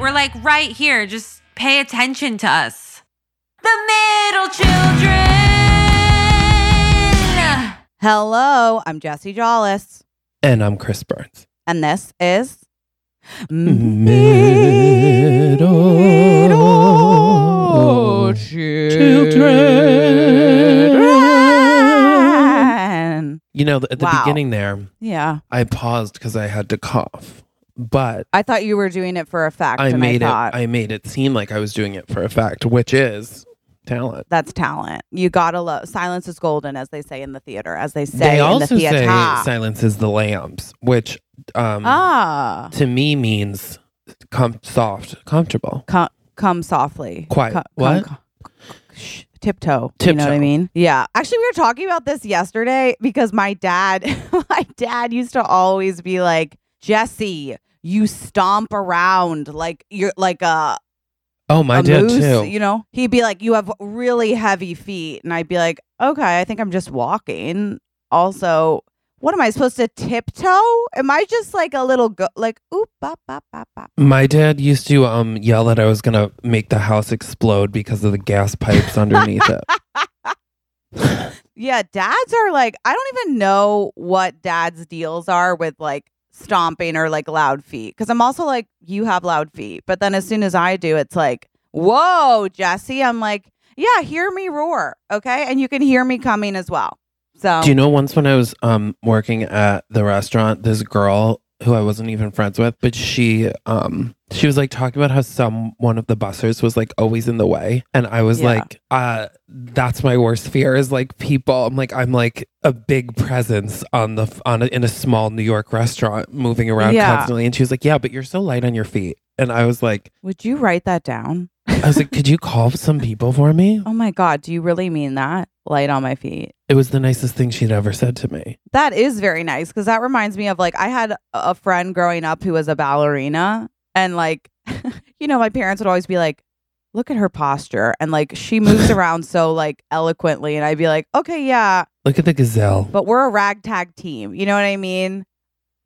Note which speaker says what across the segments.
Speaker 1: right here. Just pay attention to us. The middle children.
Speaker 2: Hello, I'm Jesse Jollis,
Speaker 3: And I'm Chris Burns.
Speaker 2: and this is
Speaker 3: Middle Children.
Speaker 2: Children.
Speaker 3: You know, at the
Speaker 2: Wow.
Speaker 3: beginning there,
Speaker 2: Yeah,
Speaker 3: I paused because I had to cough, but
Speaker 2: I thought you were doing it for a fact,
Speaker 3: I
Speaker 2: and
Speaker 3: made
Speaker 2: I thought
Speaker 3: it. I made it seem like I was doing it for a fact, which is talent.
Speaker 2: that's talent. You gotta love silence is golden, as they say in the theater, as they say
Speaker 3: they
Speaker 2: in
Speaker 3: also
Speaker 2: the theater.
Speaker 3: say "Silence is the lambs," which um,
Speaker 2: ah,
Speaker 3: to me means com- soft, comfortable.
Speaker 2: come, come softly,
Speaker 3: Quiet.
Speaker 2: Co-
Speaker 3: What?
Speaker 2: co- shh, tiptoe. You know what I
Speaker 3: Tiptoe.
Speaker 2: mean? Yeah. Actually, we were talking about this yesterday because my dad, my dad used to always be like, Jesse, you stomp around like you're like a,
Speaker 3: Oh, my
Speaker 2: a
Speaker 3: did
Speaker 2: moose.
Speaker 3: too.
Speaker 2: You know, he'd be like, you have really heavy feet, and I'd be like, okay, I think I'm just walking. Also. What am I supposed to tiptoe? Am I just like a little go- like oop bop bop bop bop?
Speaker 3: My dad used to um, yell that I was gonna make the house explode because of the gas pipes underneath it.
Speaker 2: Yeah, dads are like, I don't even know what dads' deals are with like stomping or like loud feet. Cause I'm also like, you have loud feet. But then as soon as I do, it's like, whoa, Jesse. I'm like, yeah, hear me roar. Okay. And you can hear me coming as well. So,
Speaker 3: Do you know once when I was um, working at the restaurant, this girl who I wasn't even friends with, but she um, she was like talking about how some one of the bussers was like always in the way, and I was
Speaker 2: Yeah.
Speaker 3: like, uh, that's my worst fear is like people. I'm like I'm like a big presence on the f- on a, in a small New York restaurant, moving around
Speaker 2: Yeah.
Speaker 3: constantly, and she was like, yeah, but you're so light on your feet, and I was like,
Speaker 2: would you write that down?
Speaker 3: I was like, could you call some people for me?
Speaker 2: Oh my God. Do you really mean that? Light on my feet.
Speaker 3: It was the nicest thing she'd ever said to me.
Speaker 2: That is very nice because that reminds me of like I had a- a friend growing up who was a ballerina, and like, you know, my parents would always be like, "Look at her posture," and like she moves around so like eloquently, and I'd be like, "Okay, yeah,
Speaker 3: Look at the gazelle.
Speaker 2: but we're a ragtag team," you know what I mean?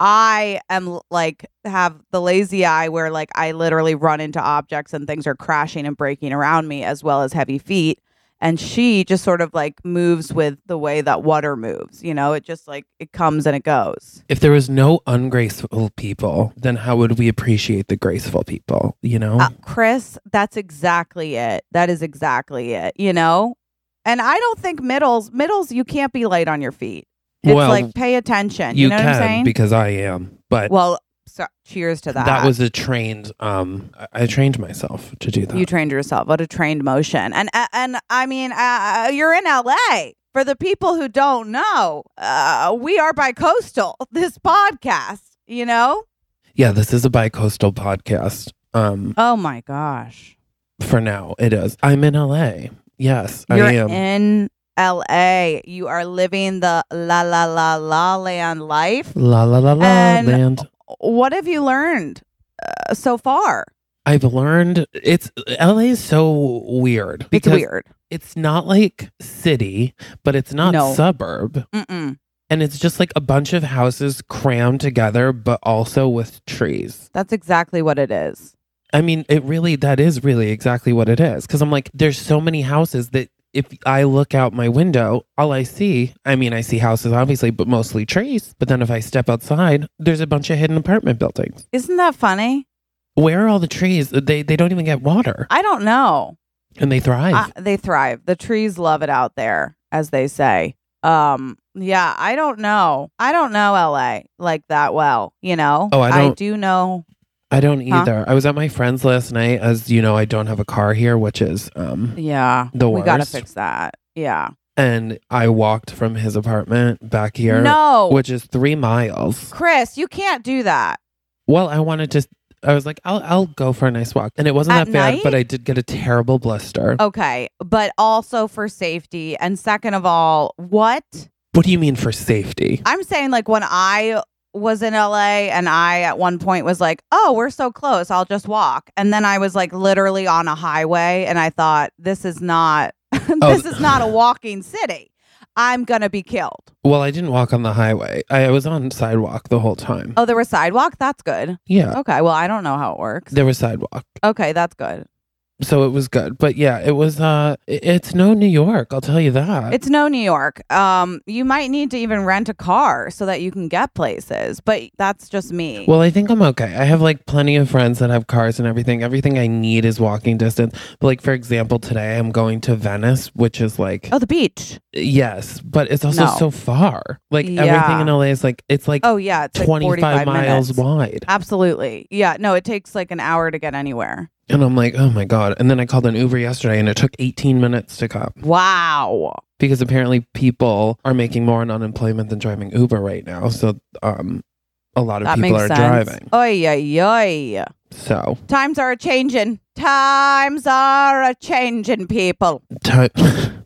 Speaker 2: I am l- like have the lazy eye where like I literally run into objects and things are crashing and breaking around me as well as heavy feet. And she just sort of like moves with the way that water moves, you know, it just like it comes and it goes.
Speaker 3: If there was no ungraceful people, then how would we appreciate the graceful people? You know?
Speaker 2: Uh, Chris, that's exactly it. That is exactly it, you know? And I don't think middles, middles, you can't be light on your feet. It's
Speaker 3: well,
Speaker 2: like pay attention. You,
Speaker 3: you
Speaker 2: know
Speaker 3: can
Speaker 2: what I'm saying?
Speaker 3: because I am. But
Speaker 2: well, so, cheers to that.
Speaker 3: that. was a trained. Um, I- I trained myself to do that.
Speaker 2: You trained yourself. What a trained motion. And uh, and I mean, uh, you're in LA. For the people who don't know, uh, we are by coastal. This podcast, you know.
Speaker 3: yeah, this is a bi-coastal podcast. Um,
Speaker 2: Oh my gosh,
Speaker 3: for now it is. I'm in LA. Yes,
Speaker 2: you're
Speaker 3: I am.
Speaker 2: in LA. You are living the la la la la land life.
Speaker 3: la la la la
Speaker 2: And-
Speaker 3: land.
Speaker 2: What have you learned uh, so far?
Speaker 3: I've learned it's LA is so weird
Speaker 2: It's
Speaker 3: because
Speaker 2: weird.
Speaker 3: it's not like city, but it's not
Speaker 2: No.
Speaker 3: suburb.
Speaker 2: Mm-mm.
Speaker 3: And it's just like a bunch of houses crammed together, but also with trees.
Speaker 2: That's exactly what it is.
Speaker 3: I mean, it really, that is really exactly what it is. Cause I'm like, there's so many houses that if I look out my window, all I see, I mean, I see houses obviously, but mostly trees. But then if I step outside, there's a bunch of hidden apartment buildings.
Speaker 2: Isn't that funny?
Speaker 3: Where are all the trees? They, they don't even get water
Speaker 2: I don't know.
Speaker 3: and they thrive.
Speaker 2: Uh, they thrive. The trees love it out there, as they say. Um, yeah, I don't know. I don't know LA like that well, you know.
Speaker 3: Oh, I don't-
Speaker 2: do know.
Speaker 3: I don't
Speaker 2: Huh?
Speaker 3: either. I was at my friend's last night. As you know, I don't have a car here, which is um
Speaker 2: Yeah.
Speaker 3: The
Speaker 2: We got to
Speaker 3: worst.
Speaker 2: fix that. Yeah.
Speaker 3: and I walked from his apartment back here,
Speaker 2: no.
Speaker 3: which is 3 miles.
Speaker 2: Chris, you can't do that.
Speaker 3: Well, I wanted to I was like, I'll I'll go for a nice walk. And it wasn't
Speaker 2: At
Speaker 3: that bad,
Speaker 2: night? Oh.
Speaker 3: but I did get a terrible blister.
Speaker 2: Okay, but also for safety and second of all, what?
Speaker 3: What do you mean for safety?
Speaker 2: I'm saying like when I was in LA and I at one point was like, "Oh, we're so close. I'll just walk." And then I was like literally
Speaker 3: Oh,
Speaker 2: on a highway and I thought this is not this is not a walking city. I'm gonna be killed.
Speaker 3: Well, I didn't walk on the highway. I, I was on sidewalk the whole time.
Speaker 2: Oh, there was sidewalk. That's good.
Speaker 3: yeah,
Speaker 2: Okay. Well, I don't know how it works.
Speaker 3: there was sidewalk,
Speaker 2: Okay, that's good.
Speaker 3: so it was good. But yeah, it was. Uh, i- it's no New York. I'll tell you that.
Speaker 2: It's no New York. Um, you might need to even rent a car so that you can get places. But that's just me.
Speaker 3: well, I think I'm okay. I have like plenty of friends that have cars and everything. Everything I need is walking distance. But like for example, today I'm going to Venice, which is like
Speaker 2: oh, the beach.
Speaker 3: yes, but it's also
Speaker 2: No.
Speaker 3: so far. Like
Speaker 2: Yeah.
Speaker 3: everything in LA is like it's like
Speaker 2: Oh yeah, it's like
Speaker 3: 25
Speaker 2: 45
Speaker 3: miles
Speaker 2: minutes.
Speaker 3: wide.
Speaker 2: Absolutely. Yeah. No, it takes like an hour to get anywhere.
Speaker 3: And I'm like, oh my God. And then I called an Uber yesterday and it took 18 minutes to come
Speaker 2: Wow.
Speaker 3: because apparently people are making more in unemployment than driving Uber right now. So um, a lot of
Speaker 2: That
Speaker 3: people
Speaker 2: makes
Speaker 3: are
Speaker 2: sense.
Speaker 3: driving.
Speaker 2: Oy, oy, oy.
Speaker 3: So
Speaker 2: Times are a changing. Times are a changing, people.
Speaker 3: ti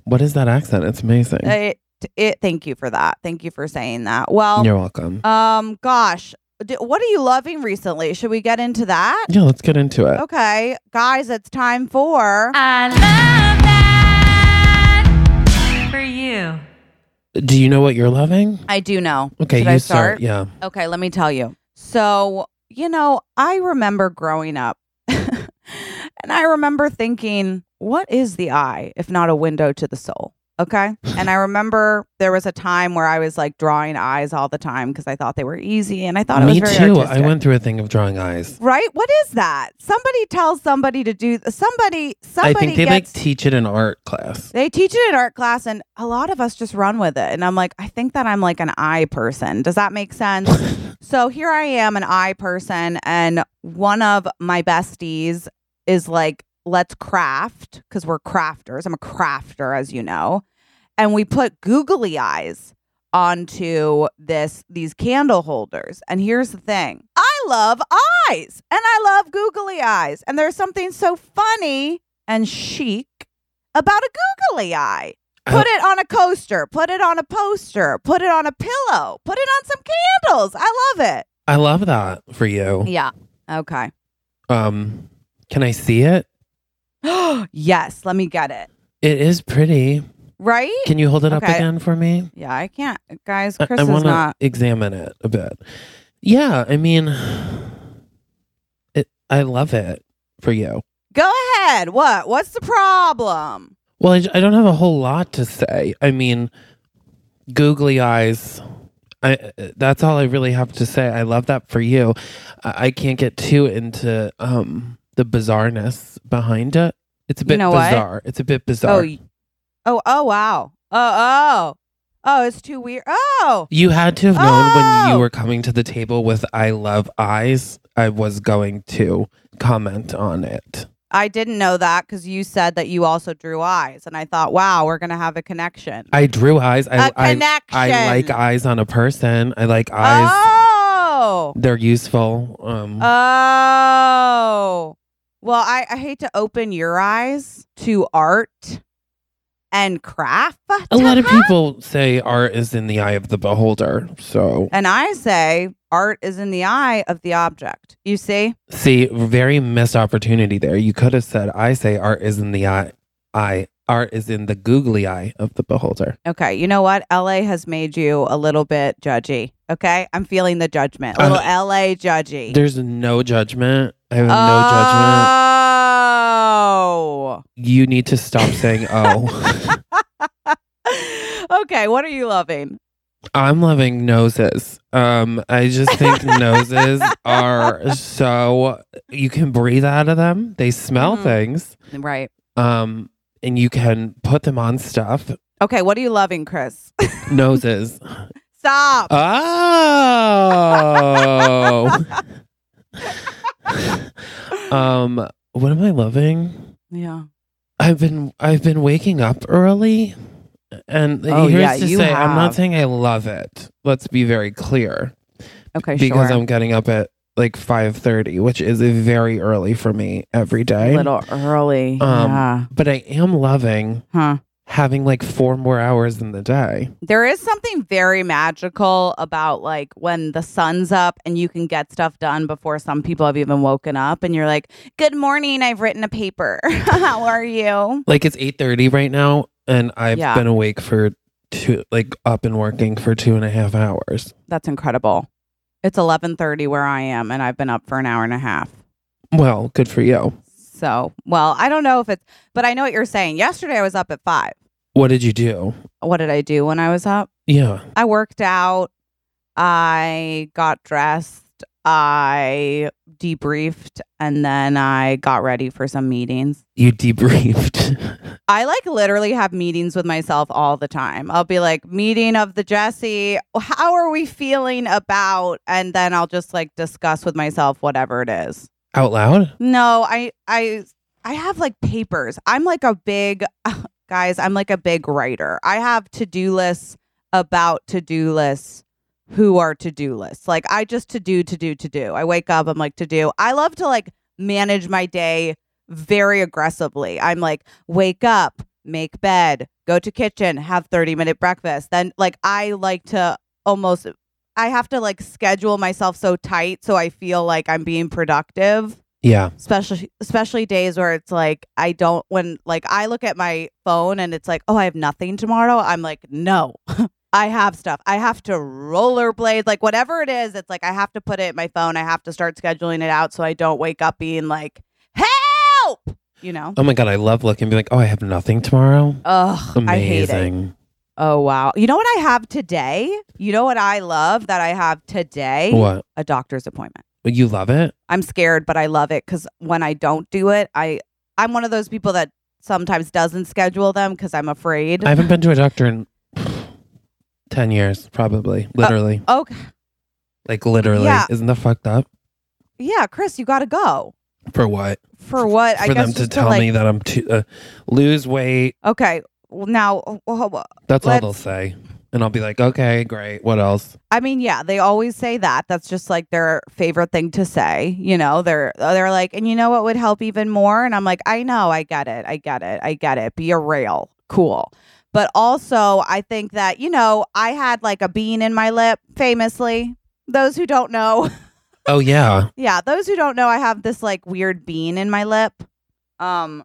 Speaker 3: what is that accent? It's amazing.
Speaker 2: It, it, thank you for that. Thank you for saying that. Well,
Speaker 3: You're welcome.
Speaker 2: um, gosh, d- what are you loving recently? Should we get into that?
Speaker 3: yeah, let's get into it.
Speaker 2: Okay, guys, it's time for.
Speaker 1: I love that for you.
Speaker 3: Do you know what you're loving?
Speaker 2: I do know.
Speaker 3: Okay,
Speaker 2: Oh. Should
Speaker 3: you
Speaker 2: I start?
Speaker 3: Yeah.
Speaker 2: Okay, let me tell you. So, you know, I remember growing up and I remember thinking, what is the eye if not a window to the soul? Okay. And I remember there was a time where I was like drawing eyes all the time because I thought they were easy and I thought
Speaker 3: Me
Speaker 2: it was very
Speaker 3: too.
Speaker 2: artistic.
Speaker 3: I went through a thing of drawing eyes.
Speaker 2: Right? What is that? Somebody tells somebody to do somebody somebody
Speaker 3: I think they
Speaker 2: gets
Speaker 3: like teach it in art class.
Speaker 2: they teach it in art class and a lot of us just run with it. And I'm like, I think that I'm like an eye person. Does that make sense? so here I am, an eye person, and one of my besties is like, let's craft, because we're crafters. I'm a crafter, as you know. And we put googly eyes onto this these candle holders. And here's the thing. I love eyes and I love googly eyes. And there's something so funny and chic about a googly eye.
Speaker 3: Uh,
Speaker 2: Put it on a coaster, put it on a poster, put it on a pillow, put it on some candles. I love it.
Speaker 3: I love that for you.
Speaker 2: Yeah. Okay.
Speaker 3: Um, can I see it?
Speaker 2: yes, let me get it.
Speaker 3: It is pretty.
Speaker 2: Right?
Speaker 3: Can you hold it up
Speaker 2: Okay.
Speaker 3: again for me?
Speaker 2: Yeah, I can't. Guys,
Speaker 3: I-
Speaker 2: Chris
Speaker 3: I,
Speaker 2: is
Speaker 3: want to
Speaker 2: not.
Speaker 3: examine it a bit. Yeah, I mean, it. I love it for you.
Speaker 2: Go ahead. What? What's the problem?
Speaker 3: Well, I, j- I don't have a whole lot to say. I mean, googly eyes. I, that's all I really have to say. I love that for you. I, I can't get too into um, the bizarreness behind it. It's a
Speaker 2: You
Speaker 3: bit
Speaker 2: know what?
Speaker 3: bizarre. It's a bit
Speaker 2: Oh,
Speaker 3: bizarre.
Speaker 2: y- oh, oh, wow. Oh, oh. Oh, it's too weird. Oh,
Speaker 3: You had to have known when
Speaker 2: Oh!
Speaker 3: you were coming to the table with I love eyes, I was going to comment on it.
Speaker 2: I didn't know that because you said that you also drew eyes. And I thought, wow, we're going to have a connection.
Speaker 3: I drew eyes. I
Speaker 2: A
Speaker 3: I
Speaker 2: connection.
Speaker 3: I like eyes on a person. I like eyes.
Speaker 2: Oh.
Speaker 3: They're useful. Um
Speaker 2: Oh. Well, I, I hate to open your eyes to art and craft.
Speaker 3: a lot of people say art is in the eye of the beholder. So,
Speaker 2: And I say art is in the eye of the object. You see?
Speaker 3: see, very missed opportunity there. You could have said, I say art is in the eye, eye, art is in the googly eye of the beholder.
Speaker 2: Okay, you know what? LA has made you a little bit judgy. Okay? I'm feeling the judgment. A
Speaker 3: Uh,
Speaker 2: little LA judgy.
Speaker 3: There's no judgment. I have no judgment.
Speaker 2: oh.
Speaker 3: you need to stop saying oh
Speaker 2: okay, what are you loving?
Speaker 3: i'm loving noses um i just think noses are so you can breathe out of them they smell
Speaker 2: Mhm.
Speaker 3: things
Speaker 2: Right.
Speaker 3: um and you can put them on stuff
Speaker 2: Okay, what are you loving, Chris?
Speaker 3: noses Uh,
Speaker 2: Stop.
Speaker 3: oh um what am i loving
Speaker 2: yeah.
Speaker 3: I've been I've been waking up early, and
Speaker 2: Oh,
Speaker 3: here's
Speaker 2: yeah,
Speaker 3: to
Speaker 2: you
Speaker 3: say I'm
Speaker 2: have.
Speaker 3: not saying I love it. Let's be very clear
Speaker 2: Okay,
Speaker 3: because
Speaker 2: sure.
Speaker 3: I'm getting up at like five thirty, which is very early for me every day.
Speaker 2: a little early.
Speaker 3: Um,
Speaker 2: yeah.
Speaker 3: But I am loving
Speaker 2: Huh.
Speaker 3: having like four more hours in the day.
Speaker 2: There is something very magical about like when the sun's up and you can get stuff done before some people have even woken up and you're like, "Good morning, I've written a paper. How are you?"
Speaker 3: Like it's eight thirty right now, and I've
Speaker 2: Yeah.
Speaker 3: been awake for two, like up and working for two and a half hours.
Speaker 2: That's incredible. It's 11:30 where I am and I've been up for an hour and a half.
Speaker 3: Well, good for you.
Speaker 2: So, well, I don't know if it's but I know what you're saying. Yesterday I was up at 5.
Speaker 3: What did you do?
Speaker 2: What did I do when I was up?
Speaker 3: Yeah.
Speaker 2: I worked out. I got dressed. I debriefed and then I got ready for some meetings.
Speaker 3: You debriefed.
Speaker 2: I like literally have meetings with myself all the time. I'll be like, meeting of the Jesse, how are we feeling about? And then I'll just like discuss with myself whatever it is.
Speaker 3: Out loud?
Speaker 2: No, I, I, I have like papers. I'm like a big, guys, I'm like a big writer. I have to do lists about to do lists who are to do lists. Like I just to do, to do, to do. I wake up, I'm like to do. I love to like manage my day very aggressively. I'm like, wake up, make bed, go to kitchen, have 30 minute breakfast. Then like I like to almost I have to like schedule myself so tight so I feel like I'm being productive.
Speaker 3: Yeah.
Speaker 2: Especially especially days where it's like I don't when like I look at my phone and it's like, oh, I have nothing tomorrow. I'm like, no. I have stuff. I have to rollerblade, like whatever it is. It's like I have to put it in my phone. I have to start scheduling it out so I don't wake up being like, help, you know?
Speaker 3: Oh my God. I love looking be like, oh, I have nothing tomorrow.
Speaker 2: Ugh, I hate it.
Speaker 3: Oh, Amazing.
Speaker 2: Oh, wow. You know what I have today? You know what I love that I have today?
Speaker 3: What?
Speaker 2: A doctor's appointment.
Speaker 3: You love it?
Speaker 2: I'm scared, but I love it because when I don't do it, I, I'm one of those people that sometimes doesn't schedule them because I'm afraid.
Speaker 3: I haven't been to a doctor in 10 years, probably. Literally.
Speaker 2: Uh, okay.
Speaker 3: like, literally.
Speaker 2: yeah.
Speaker 3: Isn't that fucked up?
Speaker 2: Yeah, Chris, you got to go.
Speaker 3: For what?
Speaker 2: For what? I
Speaker 3: for
Speaker 2: guess
Speaker 3: them to
Speaker 2: just
Speaker 3: tell
Speaker 2: like,
Speaker 3: me that I'm too, uh, lose weight.
Speaker 2: Okay. Well, now, oh, oh, oh,
Speaker 3: That's all they'll
Speaker 2: Let's-
Speaker 3: say. And I'll be like, okay, great. What else?
Speaker 2: I mean, yeah, they always say that. That's just like their favorite thing to say. You know, they're they're like, and you know what would help even more? And I'm like, I know, I get it, I get it, I get it. Be a rail, cool. But also, I think that you know, I had like a bean in my lip, famously. Those who don't know,
Speaker 3: Oh, yeah.
Speaker 2: yeah, those who don't know, I have this like weird bean in my lip. Um,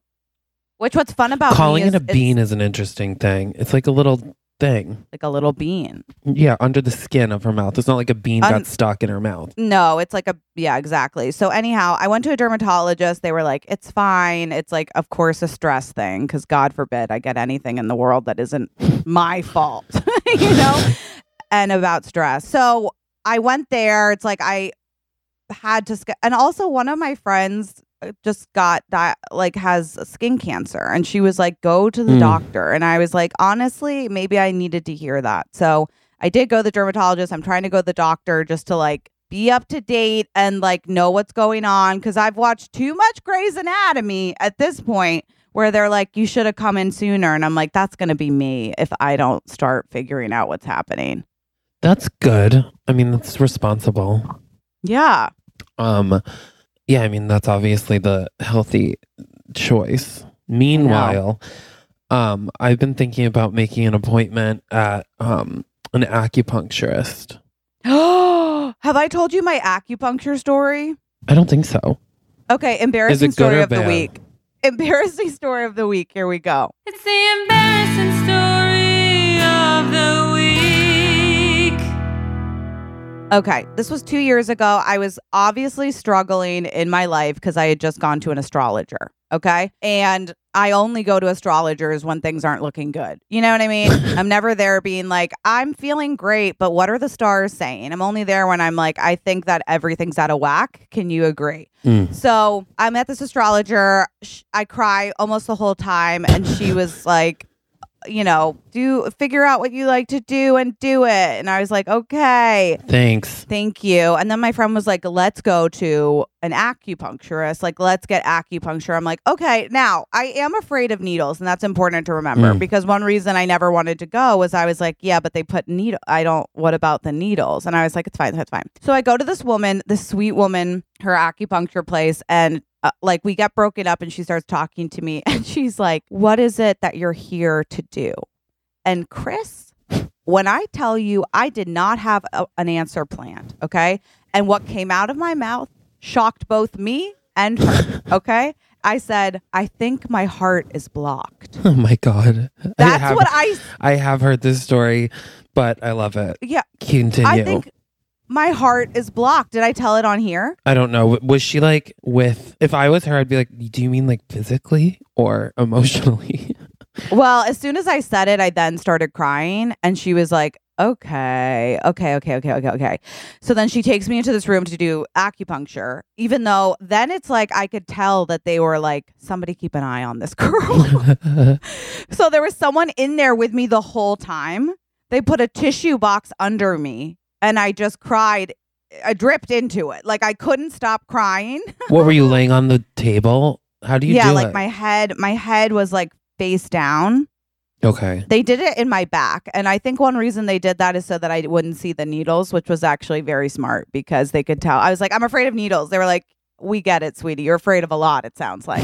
Speaker 2: which what's fun about me
Speaker 3: Calling
Speaker 2: Oh, is
Speaker 3: it a
Speaker 2: it's
Speaker 3: bean is an interesting thing. It's like a little thing.
Speaker 2: like a little bean.
Speaker 3: Yeah, under the skin of her mouth. It's not like a bean
Speaker 2: Un-
Speaker 3: got stuck in her mouth.
Speaker 2: No, it's like a yeah, exactly. So anyhow, I went to a dermatologist. They were like, "It's fine." It's like, of course, a stress thing because God forbid I get anything in the world that isn't my fault, you know. and about stress, so I went there. It's like I had to, sch- and also one of my friends uh, just got that like has skin cancer, and she was like, "Go to the
Speaker 3: Mm.
Speaker 2: doctor." And I was like, honestly, maybe I needed to hear that. So. I did go to the dermatologist. I'm trying to go to the doctor just to like be up to date and like know what's going on because I've watched too much Grey's Anatomy at this point where they're like, you should have come in sooner. And I'm like, that's going to be me if I don't start figuring out what's happening.
Speaker 3: That's good. I mean, that's responsible.
Speaker 2: Yeah.
Speaker 3: Um, yeah, I mean, that's obviously the healthy choice. Meanwhile, um, I've been thinking about making an appointment at um an acupuncturist.
Speaker 2: have I told you my acupuncture story?
Speaker 3: I don't think so.
Speaker 2: Okay. Embarrassing
Speaker 3: good
Speaker 2: story
Speaker 3: or
Speaker 2: of the
Speaker 3: bad?
Speaker 2: week. Embarrassing story of the week. Here we go.
Speaker 1: It's the embarrassing story of the week.
Speaker 2: Okay, this was two years ago. I was obviously struggling in my life because I had just gone to an astrologer. Okay. And I only go to astrologers when things aren't looking good. You know what I mean? I'm never there being like, I'm feeling great, but what are the stars saying? I'm only there when I'm like, I think that everything's out of whack. Can you agree?
Speaker 3: Mm.
Speaker 2: So I met this astrologer. Sh- I cry almost the whole time, and she was like, you know, do figure out what you like to do and do it. And I was like, okay.
Speaker 3: Thanks.
Speaker 2: Thank you. And then my friend was like, let's go to an acupuncturist. Like, let's get acupuncture. I'm like, okay, now I am afraid of needles. And that's important to remember
Speaker 3: Mm.
Speaker 2: because one reason I never wanted to go was I was like, yeah, but they put needle. I don't, what about the needles? And I was like, it's fine. That's fine. So I go to this woman, this sweet woman, her acupuncture place. And uh, like we get broken up and she starts talking to me and she's like, what is it that you're here to do? And Chris, when I tell you I did not have a, an answer planned, okay? And what came out of my mouth shocked both me and her, okay? I said, I think my heart is blocked.
Speaker 3: Oh my god. I
Speaker 2: That's
Speaker 3: have,
Speaker 2: what I,
Speaker 3: I have heard this story, but I love it.
Speaker 2: yeah,
Speaker 3: Continue.
Speaker 2: I think my heart is blocked. Did I tell it on here?
Speaker 3: I don't know. Was she like with? If I was her, I'd be like, "Do you mean like physically or emotionally?"
Speaker 2: Well, as soon as I said it, I then started crying, and she was like, "Okay, okay, okay, okay, okay, okay." So then she takes me into this room to do acupuncture, even though then it's like I could tell that they were like, "Somebody keep an eye on this girl." so there was someone in there with me the whole time. They put a tissue box under me, and I just cried. I dripped into it, like I couldn't stop crying.
Speaker 3: what were you laying on the table? How do you
Speaker 2: yeah,
Speaker 3: do
Speaker 2: like
Speaker 3: it?
Speaker 2: my head, my head was like face down.
Speaker 3: okay.
Speaker 2: They did it in my back. And I think one reason they did that is so that I wouldn't see the needles, which was actually very smart because they could tell. I was like, I'm afraid of needles. They were like, we get it, sweetie. You're afraid of a lot, it sounds like.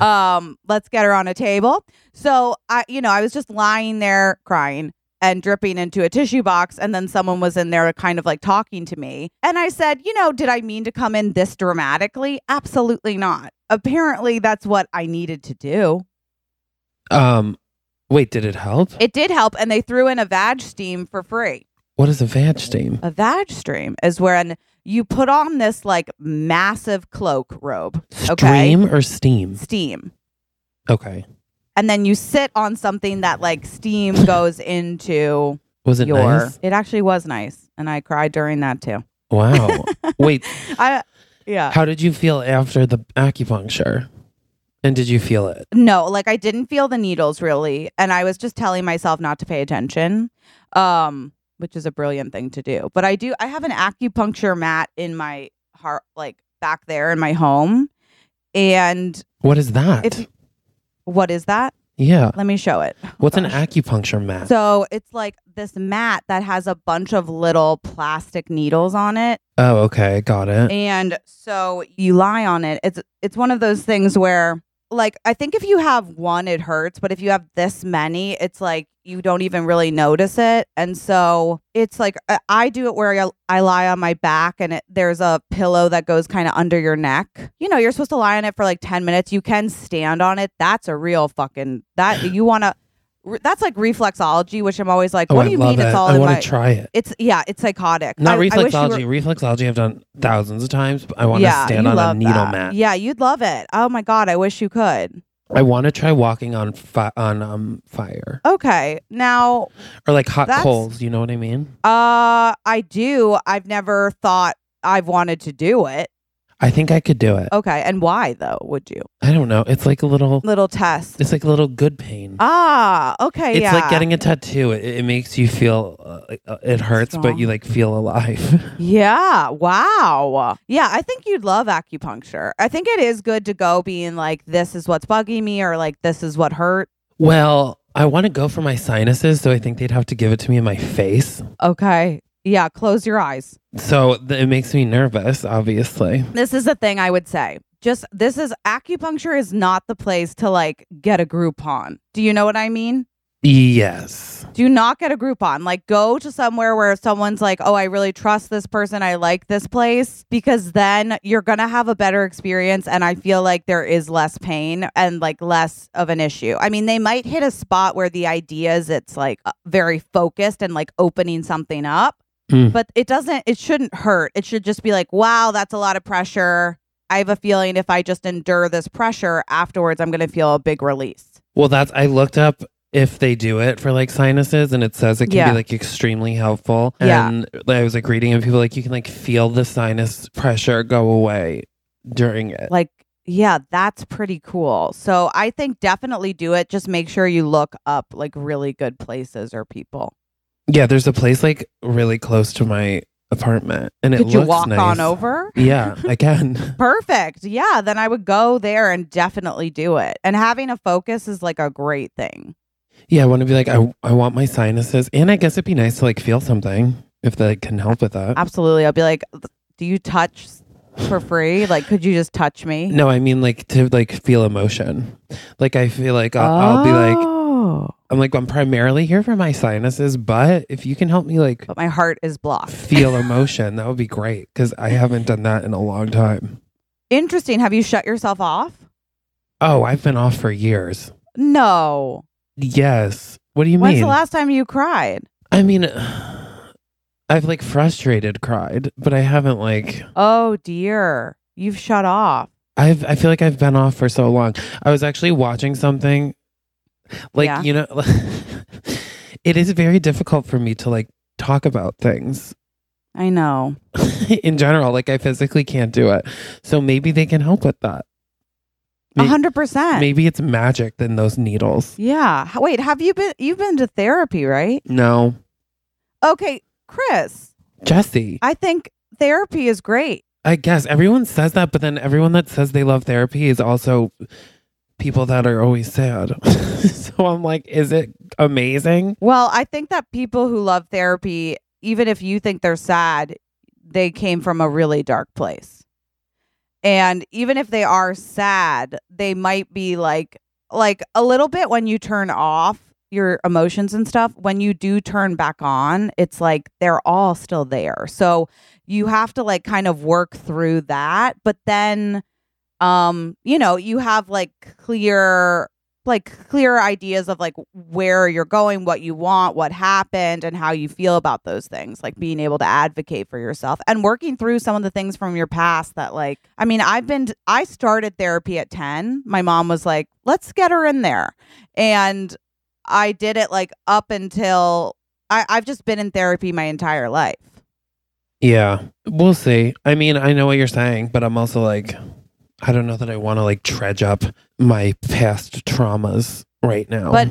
Speaker 2: um, let's get her on a table. So I, you know, I was just lying there crying and dripping into a tissue box. And then someone was in there kind of like talking to me. And I said, you know, did I mean to come in this dramatically? Absolutely not. Apparently, that's what I needed to do.
Speaker 3: um, wait, did it help?
Speaker 2: It did help, and they threw in a vag steam for free.
Speaker 3: what is a vag steam?
Speaker 2: A vag stream is when you put on this like massive cloak robe, okay.
Speaker 3: Stream or steam?
Speaker 2: steam,
Speaker 3: Okay.
Speaker 2: and then you sit on something that like steam goes into
Speaker 3: Was it
Speaker 2: your.
Speaker 3: nice?
Speaker 2: It actually was nice, and I cried during that too.
Speaker 3: Wow. wait,
Speaker 2: I yeah.
Speaker 3: how did you feel after the acupuncture? And did you feel it?
Speaker 2: no, like I didn't feel the needles really, and I was just telling myself not to pay attention, um, which is a brilliant thing to do. But I do. I have an acupuncture mat in my heart, like back there in my home, and
Speaker 3: What is that?
Speaker 2: If- what is that?
Speaker 3: yeah.
Speaker 2: Let me show it.
Speaker 3: What's an
Speaker 2: gosh.
Speaker 3: acupuncture mat?
Speaker 2: So it's like this mat that has a bunch of little plastic needles on it,
Speaker 3: oh, okay. Got it.
Speaker 2: and so you lie on it. It's it's one of those things where like I think if you have one it hurts, but if you have this many, it's like you don't even really notice it. And so it's like I- I do it where I, I lie on my back and it, there's a pillow that goes kind of under your neck. You know, you're supposed to lie on it for like 10 minutes. You can stand on it. That's a real fucking that you want to that's like reflexology, which I'm always like,
Speaker 3: oh,
Speaker 2: what
Speaker 3: I
Speaker 2: do you
Speaker 3: love
Speaker 2: mean
Speaker 3: it.
Speaker 2: it's all
Speaker 3: I
Speaker 2: in
Speaker 3: want
Speaker 2: my
Speaker 3: to try it.
Speaker 2: It's yeah, it's psychotic.
Speaker 3: Not
Speaker 2: I- I wish you were-
Speaker 3: reflexology. reflexology I've done thousands of times, but I want to stand
Speaker 2: you
Speaker 3: on a
Speaker 2: love
Speaker 3: needle
Speaker 2: that.
Speaker 3: mat.
Speaker 2: Yeah, you'd love it. Oh my god, I wish you could.
Speaker 3: I want to try walking on fi- on um fire
Speaker 2: Okay, now
Speaker 3: or like hot
Speaker 2: That's-
Speaker 3: coals. You know what I mean?
Speaker 2: uh, I do. I've never thought I've wanted to do it.
Speaker 3: I think I could do it.
Speaker 2: Okay, and why though? Would you
Speaker 3: I don't know. It's like a little.
Speaker 2: little test?
Speaker 3: It's like a little good pain.
Speaker 2: Ah, okay,
Speaker 3: it's
Speaker 2: yeah.
Speaker 3: like getting a tattoo. It, it makes you feel. Uh, uh, it hurts, but
Speaker 2: Strong.
Speaker 3: you like feel alive.
Speaker 2: Yeah. Wow. Yeah, I think you'd love acupuncture. I think it is good to go being like, this is what's bugging me, or like, this is what hurt.
Speaker 3: well, I want to go for my sinuses, so I think they'd have to give it to me in my face.
Speaker 2: Okay. Yeah. Close your eyes.
Speaker 3: So th- it makes me nervous, obviously.
Speaker 2: this is the thing I would say. Just this is acupuncture is not the place to like get a Groupon. Do you know what I mean?
Speaker 3: Yes.
Speaker 2: Do not get a Groupon. Like go to somewhere where someone's like, "Oh, I really trust this person. I like this place," because then you're going to have a better experience and I feel like there is less pain and like less of an issue. I mean, they might hit a spot where the idea is it's like uh, very focused and like opening something up,
Speaker 3: Mm.
Speaker 2: but it doesn't it shouldn't hurt. It should just be like, "Wow, that's a lot of pressure." I have a feeling if I just endure this pressure afterwards, I'm going to feel a big release.
Speaker 3: Well, that's I looked up if they do it for like sinuses, and it says it can
Speaker 2: Yeah.
Speaker 3: be like extremely helpful.
Speaker 2: Yeah.
Speaker 3: And I was like reading, and people like you can like feel the sinus pressure go away during it.
Speaker 2: like yeah that's pretty cool so i think definitely do it just make sure you look up like really good places or people
Speaker 3: Yeah, there's a place like really close to my apartment, and it
Speaker 2: could you
Speaker 3: looks
Speaker 2: walk
Speaker 3: nice.
Speaker 2: on over
Speaker 3: Yeah, I can.
Speaker 2: perfect yeah then i would go there and definitely do it and having a focus is like a great thing
Speaker 3: yeah, I want to be like I I want my sinuses, and I guess it'd be nice to like feel something if they can help with that.
Speaker 2: absolutely i'll be like do you touch for free like could you just touch me
Speaker 3: no, I mean like to like feel emotion. Like I feel like I'll, I'll be like
Speaker 2: Oh.
Speaker 3: I'm like I'm primarily here for my sinuses, but if you can help me like
Speaker 2: but my heart is blocked
Speaker 3: feel emotion, that would be great because I haven't done that in a long time.
Speaker 2: interesting have you shut yourself off
Speaker 3: Oh, I've been off for years.
Speaker 2: No.
Speaker 3: Yes. What do you
Speaker 2: When's
Speaker 3: mean?
Speaker 2: the last time you cried?
Speaker 3: I mean, I've like frustrated cried, but I haven't like
Speaker 2: Oh dear. You've shut off.
Speaker 3: I've I feel like I've been off for so long. I was actually watching something like
Speaker 2: Yeah.
Speaker 3: you know it is very difficult for me to like talk about things
Speaker 2: I know.
Speaker 3: in general like I physically can't do it. So maybe they can help with that.
Speaker 2: A
Speaker 3: May-
Speaker 2: hundred percent.
Speaker 3: Maybe it's magic than those needles.
Speaker 2: Yeah. H- Wait, have you been you've been to therapy, right?
Speaker 3: No.
Speaker 2: Okay, Chris,
Speaker 3: Jesse,
Speaker 2: I think therapy is great.
Speaker 3: I guess everyone says that but then everyone that says they love therapy is also people that are always sad. so I'm like is it amazing?
Speaker 2: Well, I think that people who love therapy, even if you think they're sad, they came from a really dark place. And even if they are sad, they might be like like a little bit when you turn off your emotions and stuff, when you do turn back on, it's like they're all still there. So you have to like kind of work through that, but then um you know, you have like clear like clear ideas of like where you're going, what you want, what happened, and how you feel about those things. Like being able to advocate for yourself and working through some of the things from your past that like I mean, I've been I started therapy at 10. My mom was like, "Let's get her in there." And I did it like up until I I've just been in therapy my entire life.
Speaker 3: Yeah, we'll see. I mean, I know what you're saying, but I'm also like, I don't know that I want to like dredge up my past traumas right now.
Speaker 2: But-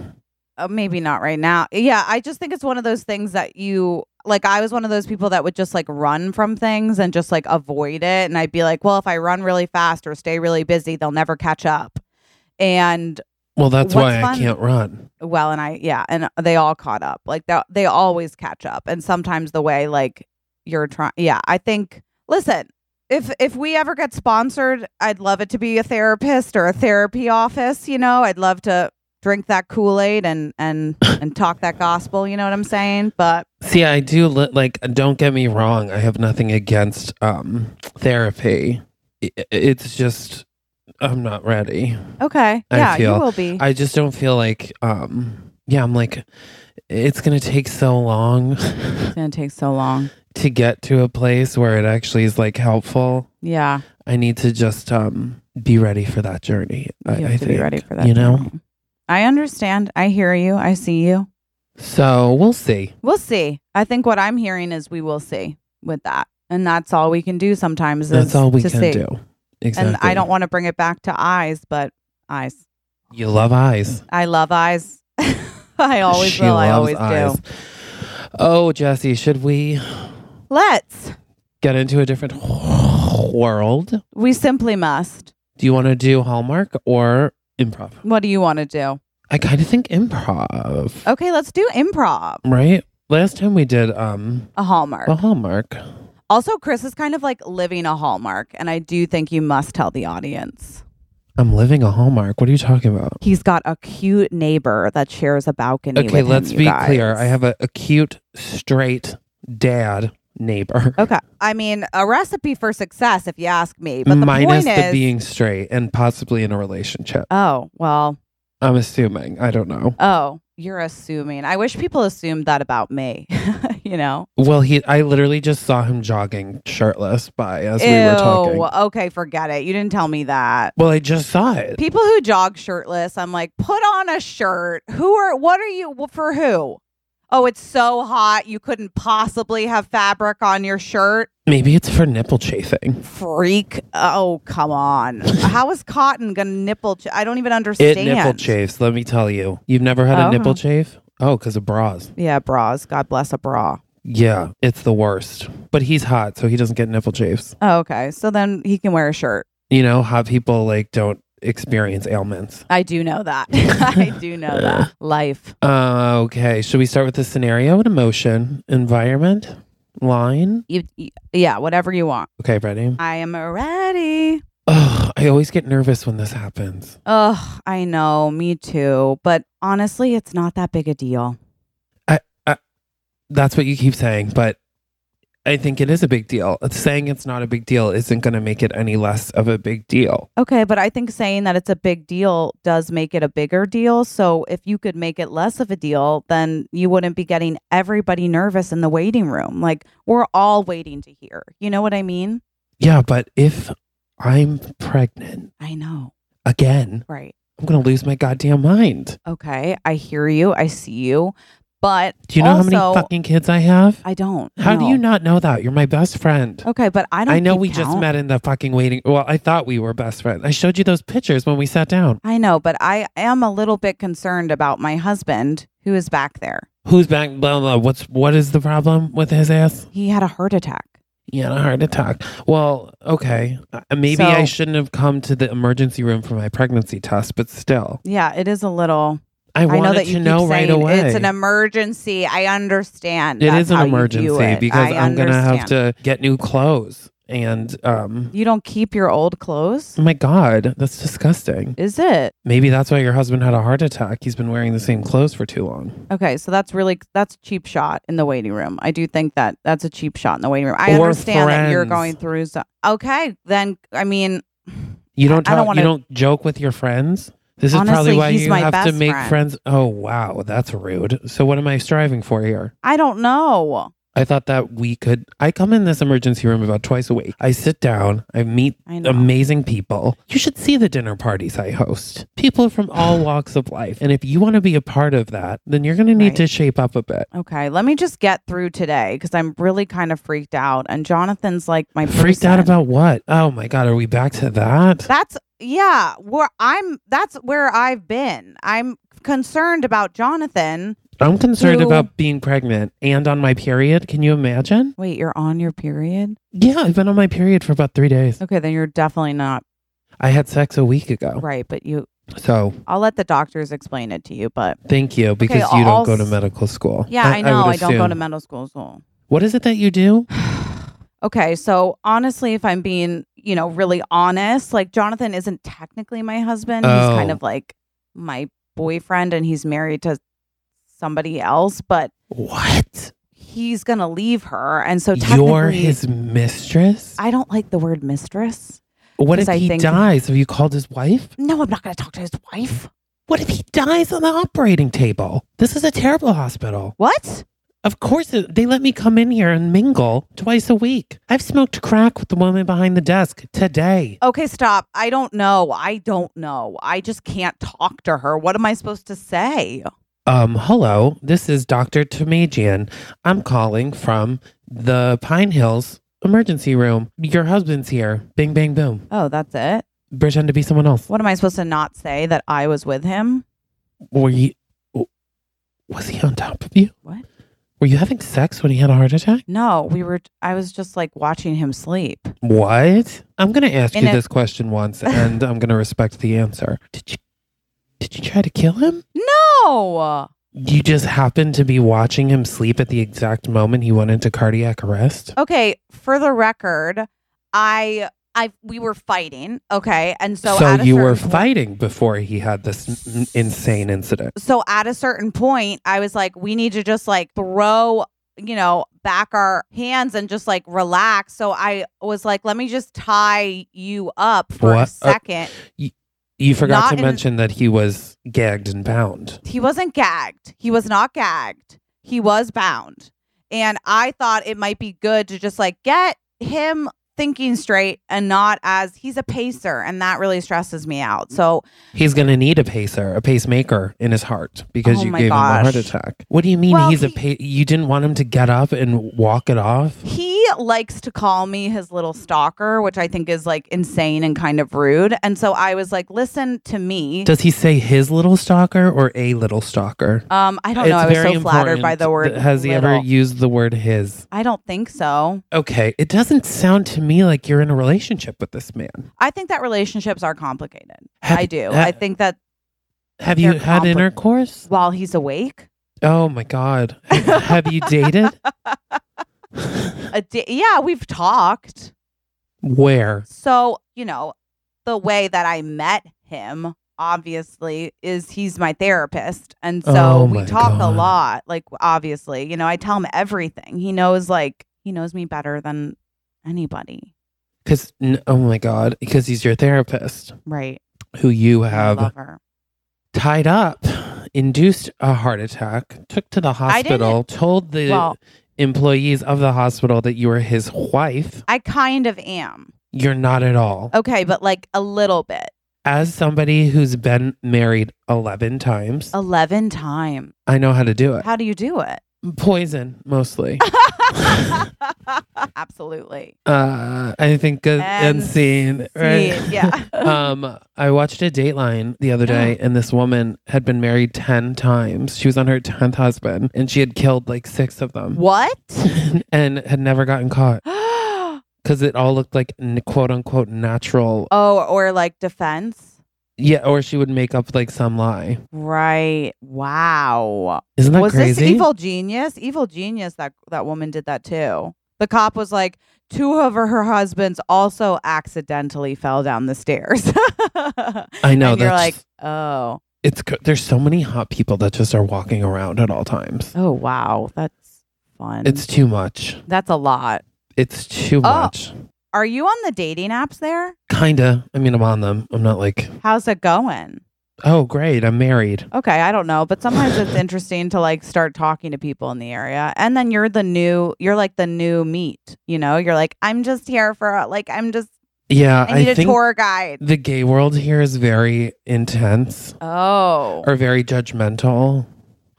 Speaker 2: uh, maybe not right now. Yeah, I just think it's one of those things that you like. I was one of those people that would just like run from things and just like avoid it. And I'd be like, well, if I run really fast or stay really busy, they'll never catch up. And
Speaker 3: well, that's why
Speaker 2: what's
Speaker 3: I
Speaker 2: fun-
Speaker 3: can't run.
Speaker 2: well, and I, yeah, and uh, they all caught up. Like they, they always catch up. And sometimes the way like you're trying, yeah, I think, listen, if, if we ever get sponsored, I'd love it to be a therapist or a therapy office. You know, I'd love to drink that Kool-Aid and, and, and talk that gospel. You know what I'm saying? But
Speaker 3: See, I do li- like. Don't get me wrong. I have nothing against um therapy. I- It's just I'm not ready.
Speaker 2: okay.
Speaker 3: I
Speaker 2: yeah, you
Speaker 3: feel-
Speaker 2: will be.
Speaker 3: I just don't feel like. um Yeah, I'm like, it's gonna take so long
Speaker 2: it's going to take so long.
Speaker 3: to get to a place where it actually is like helpful.
Speaker 2: Yeah.
Speaker 3: I need to just um be ready for that journey.
Speaker 2: You
Speaker 3: I,
Speaker 2: have
Speaker 3: I
Speaker 2: to
Speaker 3: think.
Speaker 2: be ready for that.
Speaker 3: you know?
Speaker 2: journey. I understand. I hear you. I see you.
Speaker 3: So we'll see.
Speaker 2: We'll see. I think what I'm hearing is we will see with that. And that's all we can do sometimes. is
Speaker 3: That's all we
Speaker 2: to
Speaker 3: can
Speaker 2: see.
Speaker 3: do. Exactly.
Speaker 2: And I don't want to bring it back to eyes, but eyes.
Speaker 3: You love eyes.
Speaker 2: I love eyes. I always
Speaker 3: she
Speaker 2: will.
Speaker 3: Loves
Speaker 2: I always
Speaker 3: eyes.
Speaker 2: do.
Speaker 3: Oh, Jesse, should we
Speaker 2: Let's.
Speaker 3: get into a different world?
Speaker 2: We simply must.
Speaker 3: Do you want to do Hallmark or improv?
Speaker 2: What do you want to do?
Speaker 3: I kind of think improv.
Speaker 2: Okay, let's do improv.
Speaker 3: Right? Last time we did um
Speaker 2: A hallmark.
Speaker 3: a Hallmark.
Speaker 2: Also, Chris is kind of like living a hallmark, and I do think you must tell the audience.
Speaker 3: I'm living a Hallmark. What are you talking about?
Speaker 2: He's got a cute neighbor that shares a balcony.
Speaker 3: Okay,
Speaker 2: with him,
Speaker 3: let's
Speaker 2: you
Speaker 3: be clear.
Speaker 2: guys.
Speaker 3: I have a, a cute, straight dad neighbor.
Speaker 2: Okay. I mean, a recipe for success, if you ask me. But the
Speaker 3: Minus
Speaker 2: point
Speaker 3: the
Speaker 2: is,
Speaker 3: being straight and possibly in a relationship.
Speaker 2: oh well,
Speaker 3: I'm assuming. I don't know.
Speaker 2: oh, you're assuming. I wish people assumed that about me. you know,
Speaker 3: Well, he. I literally just saw him jogging shirtless by as
Speaker 2: ew.
Speaker 3: we were talking.
Speaker 2: Okay, forget it. You didn't tell me that.
Speaker 3: Well, I just saw it.
Speaker 2: People who jog shirtless, I'm like, put on a shirt. Who are? What are you for? Who? Oh, it's so hot. You couldn't possibly have fabric on your shirt.
Speaker 3: Maybe it's for nipple chafing.
Speaker 2: Freak. Oh, come on. How is cotton going to nipple? Ch- I don't even
Speaker 3: It
Speaker 2: understand.
Speaker 3: nipple chafes. Let me tell you. You've never had
Speaker 2: Oh.
Speaker 3: a nipple chafe? Oh, because of bras.
Speaker 2: Yeah, bras. God bless a bra.
Speaker 3: Yeah, it's the worst. But he's hot, so he doesn't get nipple chafes.
Speaker 2: Oh, okay. So then he can wear a shirt.
Speaker 3: You know, hot people like don't experience ailments.
Speaker 2: I do know that. I do know that. Life.
Speaker 3: Uh, okay. Should we start with the scenario and emotion, environment, line?
Speaker 2: You, you- yeah, whatever you want.
Speaker 3: Okay, ready?
Speaker 2: I am ready.
Speaker 3: Ugh, I always get nervous when this happens.
Speaker 2: Ugh, I know. Me too. But honestly, it's not that big a deal.
Speaker 3: That's what you keep saying, but I think it is a big deal. Saying it's not a big deal isn't going to make it any less of a big deal.
Speaker 2: Okay, but I think saying that it's a big deal does make it a bigger deal. So if you could make it less of a deal, then you wouldn't be getting everybody nervous in the waiting room. Like we're all waiting to hear. You know what I mean?
Speaker 3: Yeah, but if I'm pregnant
Speaker 2: I know.
Speaker 3: again,
Speaker 2: Right.
Speaker 3: I'm going to lose my goddamn mind.
Speaker 2: Okay. I hear you. I see you. But
Speaker 3: Do you know
Speaker 2: also,
Speaker 3: how many fucking kids I have?
Speaker 2: I don't.
Speaker 3: How do
Speaker 2: know.
Speaker 3: you not know that? You're my best friend.
Speaker 2: Okay, but I don't.
Speaker 3: I know
Speaker 2: keep
Speaker 3: we just
Speaker 2: count.
Speaker 3: met in the fucking waiting. Well, I thought we were best friends. I showed you those pictures when we sat down.
Speaker 2: I know, but I am a little bit concerned about my husband who is back there.
Speaker 3: Who's back? Blah blah. What's what is the problem with his ass?
Speaker 2: He had a heart attack.
Speaker 3: He had a heart attack. Well, okay, Uh, maybe
Speaker 2: So-
Speaker 3: I shouldn't have come to the emergency room for my pregnancy test, but still,
Speaker 2: Yeah, it is a little.
Speaker 3: I
Speaker 2: I,
Speaker 3: wanted
Speaker 2: know that you
Speaker 3: to
Speaker 2: keep
Speaker 3: know right
Speaker 2: saying
Speaker 3: away.
Speaker 2: it's an emergency. I understand.
Speaker 3: It
Speaker 2: That's
Speaker 3: is an
Speaker 2: how you view
Speaker 3: emergency
Speaker 2: it.
Speaker 3: because
Speaker 2: I
Speaker 3: I'm gonna have
Speaker 2: understand.
Speaker 3: to get new clothes and um.
Speaker 2: You don't keep your old clothes.
Speaker 3: Oh my god, that's disgusting.
Speaker 2: Is it
Speaker 3: Maybe that's why your husband had a heart attack. He's been wearing the same clothes for too long.
Speaker 2: okay? So that's really that's a cheap shot in the waiting room. I do think that that's a cheap shot in the waiting room. I
Speaker 3: Or
Speaker 2: understand that you're
Speaker 3: friends.
Speaker 2: going through. So- okay, then I mean,
Speaker 3: You
Speaker 2: I-
Speaker 3: don't
Speaker 2: I don't
Speaker 3: talk,
Speaker 2: wanna-
Speaker 3: you don't joke with your friends. This is probably
Speaker 2: Honestly,
Speaker 3: why
Speaker 2: he's
Speaker 3: you
Speaker 2: my
Speaker 3: have to
Speaker 2: best
Speaker 3: make
Speaker 2: friend.
Speaker 3: friends. Oh wow, that's rude. So what am I striving for here?
Speaker 2: I don't know.
Speaker 3: I thought that we could I come in this emergency room about twice a week. I sit down, I meet
Speaker 2: I know.
Speaker 3: amazing people. You should see the dinner parties I host. People from all walks of life. And if you want to be a part of that, then you're going to need
Speaker 2: Right.
Speaker 3: to shape up a bit.
Speaker 2: Okay, let me just get through today because I'm really kind of freaked out. And Jonathan's like my
Speaker 3: Freaked out
Speaker 2: person.
Speaker 3: about what? Oh my god, are we back to that?
Speaker 2: that's yeah. Where I'm that's where I've been. I'm concerned about Jonathan.
Speaker 3: I'm concerned
Speaker 2: Who-
Speaker 3: about being pregnant and on my period. Can you imagine?
Speaker 2: Wait, you're on your period?
Speaker 3: Yeah, I've been on my period for about 3 days.
Speaker 2: Okay, then you're definitely not
Speaker 3: I had sex a week ago.
Speaker 2: right. But you,
Speaker 3: So
Speaker 2: I'll let the doctors explain it to you. But
Speaker 3: thank you because you
Speaker 2: I'll-
Speaker 3: don't go to medical school.
Speaker 2: yeah, I, know
Speaker 3: would
Speaker 2: I, don't go
Speaker 3: assume.
Speaker 2: to medical school. So.
Speaker 3: What is it that you do?
Speaker 2: okay, so honestly, if I'm being you know really honest, like Jonathan isn't technically my husband. He's
Speaker 3: Oh.
Speaker 2: kind of like my boyfriend, and he's married to somebody else. But
Speaker 3: What?
Speaker 2: he's gonna leave her, and so technically,
Speaker 3: You're his mistress?
Speaker 2: I don't like the word mistress.
Speaker 3: what if
Speaker 2: because I
Speaker 3: he
Speaker 2: think-
Speaker 3: dies? Have you called his wife?
Speaker 2: No, I'm not going to talk to his wife.
Speaker 3: What if he dies on the operating table? This is a terrible hospital.
Speaker 2: What?
Speaker 3: Of course, it, they let me come in here and mingle twice a week. I've smoked crack with the woman behind the desk today.
Speaker 2: Okay, stop. I don't know. I don't know. I just can't talk to her. What am I supposed to say?
Speaker 3: Um, hello, this is Dr. Tamajian. I'm calling from the Pine Hills emergency room. Your husband's here. Bing, bang, boom.
Speaker 2: Oh, that's it.
Speaker 3: Pretend to be someone else.
Speaker 2: What am I supposed to not say that I was with him?
Speaker 3: Were you, was he on top of you?
Speaker 2: What?
Speaker 3: Were you having sex when he had a heart attack?
Speaker 2: No, we were. I was just like watching him sleep.
Speaker 3: What? I'm going to ask
Speaker 2: And
Speaker 3: you
Speaker 2: it-
Speaker 3: this question once and I'm going to respect the answer. Did you, did you try to kill him?
Speaker 2: No.
Speaker 3: You just happened to be watching him sleep at the exact moment he went into cardiac arrest?
Speaker 2: Okay. For the record, I, I, we were fighting. Okay, and so
Speaker 3: So,
Speaker 2: at a
Speaker 3: you were
Speaker 2: certain point-
Speaker 3: fighting before he had this n- insane incident.
Speaker 2: so at a certain point i was like we need to just like throw you know back our hands and just like relax so i was like let me just tie you up for a
Speaker 3: What? Uh,
Speaker 2: second
Speaker 3: You forgot
Speaker 2: Not
Speaker 3: to
Speaker 2: in-
Speaker 3: mention that he was gagged and bound.
Speaker 2: he wasn't gagged he was not gagged he was bound and i thought it might be good to just like get him thinking straight and not as he's a pacer and that really stresses me out so
Speaker 3: He's going to need a pacer, a pacemaker in his heart because
Speaker 2: Oh
Speaker 3: you
Speaker 2: my
Speaker 3: gave him a heart
Speaker 2: gosh.
Speaker 3: attack. What do you mean
Speaker 2: Well,
Speaker 3: he's
Speaker 2: he-
Speaker 3: a pa- you didn't want him to get up and walk it off?
Speaker 2: He likes to call me his little stalker, which I think is like insane and kind of rude. And so I was like, listen to me.
Speaker 3: Does he say his little stalker or a little stalker?
Speaker 2: Um, I don't know. I was so flattered by the word.
Speaker 3: important. Has he ever
Speaker 2: little.
Speaker 3: used the word his?
Speaker 2: I don't think so.
Speaker 3: Okay, it doesn't sound to me like you're in a relationship with this man.
Speaker 2: I think that relationships are complicated.
Speaker 3: Have-
Speaker 2: I do.
Speaker 3: ha-
Speaker 2: I think that
Speaker 3: have you
Speaker 2: they're
Speaker 3: had
Speaker 2: compli-
Speaker 3: intercourse?
Speaker 2: while he's awake,
Speaker 3: Oh my god. have you dated?
Speaker 2: a di- yeah, we've talked.
Speaker 3: Where?
Speaker 2: So, you know, the way that I met him obviously is he's my therapist. And so
Speaker 3: Oh
Speaker 2: we
Speaker 3: my
Speaker 2: talk a
Speaker 3: God.
Speaker 2: lot. Like obviously, you know, I tell him everything. He knows like He knows me better than anybody.
Speaker 3: Because, oh my God, because he's your therapist
Speaker 2: Right.
Speaker 3: who you
Speaker 2: I
Speaker 3: have
Speaker 2: love her.
Speaker 3: tied up, induced a heart attack, took to the
Speaker 2: I didn't-
Speaker 3: hospital, told the
Speaker 2: Well-
Speaker 3: employees of the hospital that you were his wife.
Speaker 2: I kind of am.
Speaker 3: You're not at all.
Speaker 2: Okay, but like a little bit.
Speaker 3: As somebody who's been married 11 times,
Speaker 2: 11 times.
Speaker 3: I know how to do it.
Speaker 2: How do you do it?
Speaker 3: Poison, mostly.
Speaker 2: Absolutely.
Speaker 3: uh, I think good
Speaker 2: And
Speaker 3: and seen, right?
Speaker 2: See, yeah.
Speaker 3: um, I watched a Dateline the other day, and this woman had been married 10 times. She was on her 10th husband, and she had killed like six of them
Speaker 2: what?
Speaker 3: and had never gotten caught
Speaker 2: oh,
Speaker 3: because it all looked like n- quote unquote natural.
Speaker 2: Oh, or like defense?
Speaker 3: Yeah, or she would make up like some lie.
Speaker 2: Right. Wow.
Speaker 3: Isn't that
Speaker 2: was
Speaker 3: crazy?
Speaker 2: this evil genius? Evil genius that that woman did that too. The cop was like, two of her, her husbands also accidentally fell down the stairs.
Speaker 3: I know
Speaker 2: and you're
Speaker 3: that's
Speaker 2: like, oh,
Speaker 3: it's cr- there's so many hot people that just are walking around at all times.
Speaker 2: oh wow, that's fun.
Speaker 3: It's too much.
Speaker 2: that's a lot.
Speaker 3: It's too
Speaker 2: Oh.
Speaker 3: much.
Speaker 2: Are you on the dating apps there?
Speaker 3: Kinda. I mean, I'm on them. I'm not like,
Speaker 2: How's it going?
Speaker 3: oh great, I'm married.
Speaker 2: Okay, I don't know, but sometimes it's interesting to like start talking to people in the area. And then you're the new, you're like the new meat, you know? You're like, I'm just here for like I'm just
Speaker 3: Yeah,
Speaker 2: I need
Speaker 3: I,
Speaker 2: a
Speaker 3: think
Speaker 2: tour guide.
Speaker 3: the gay world here is very intense
Speaker 2: Oh.
Speaker 3: or very judgmental.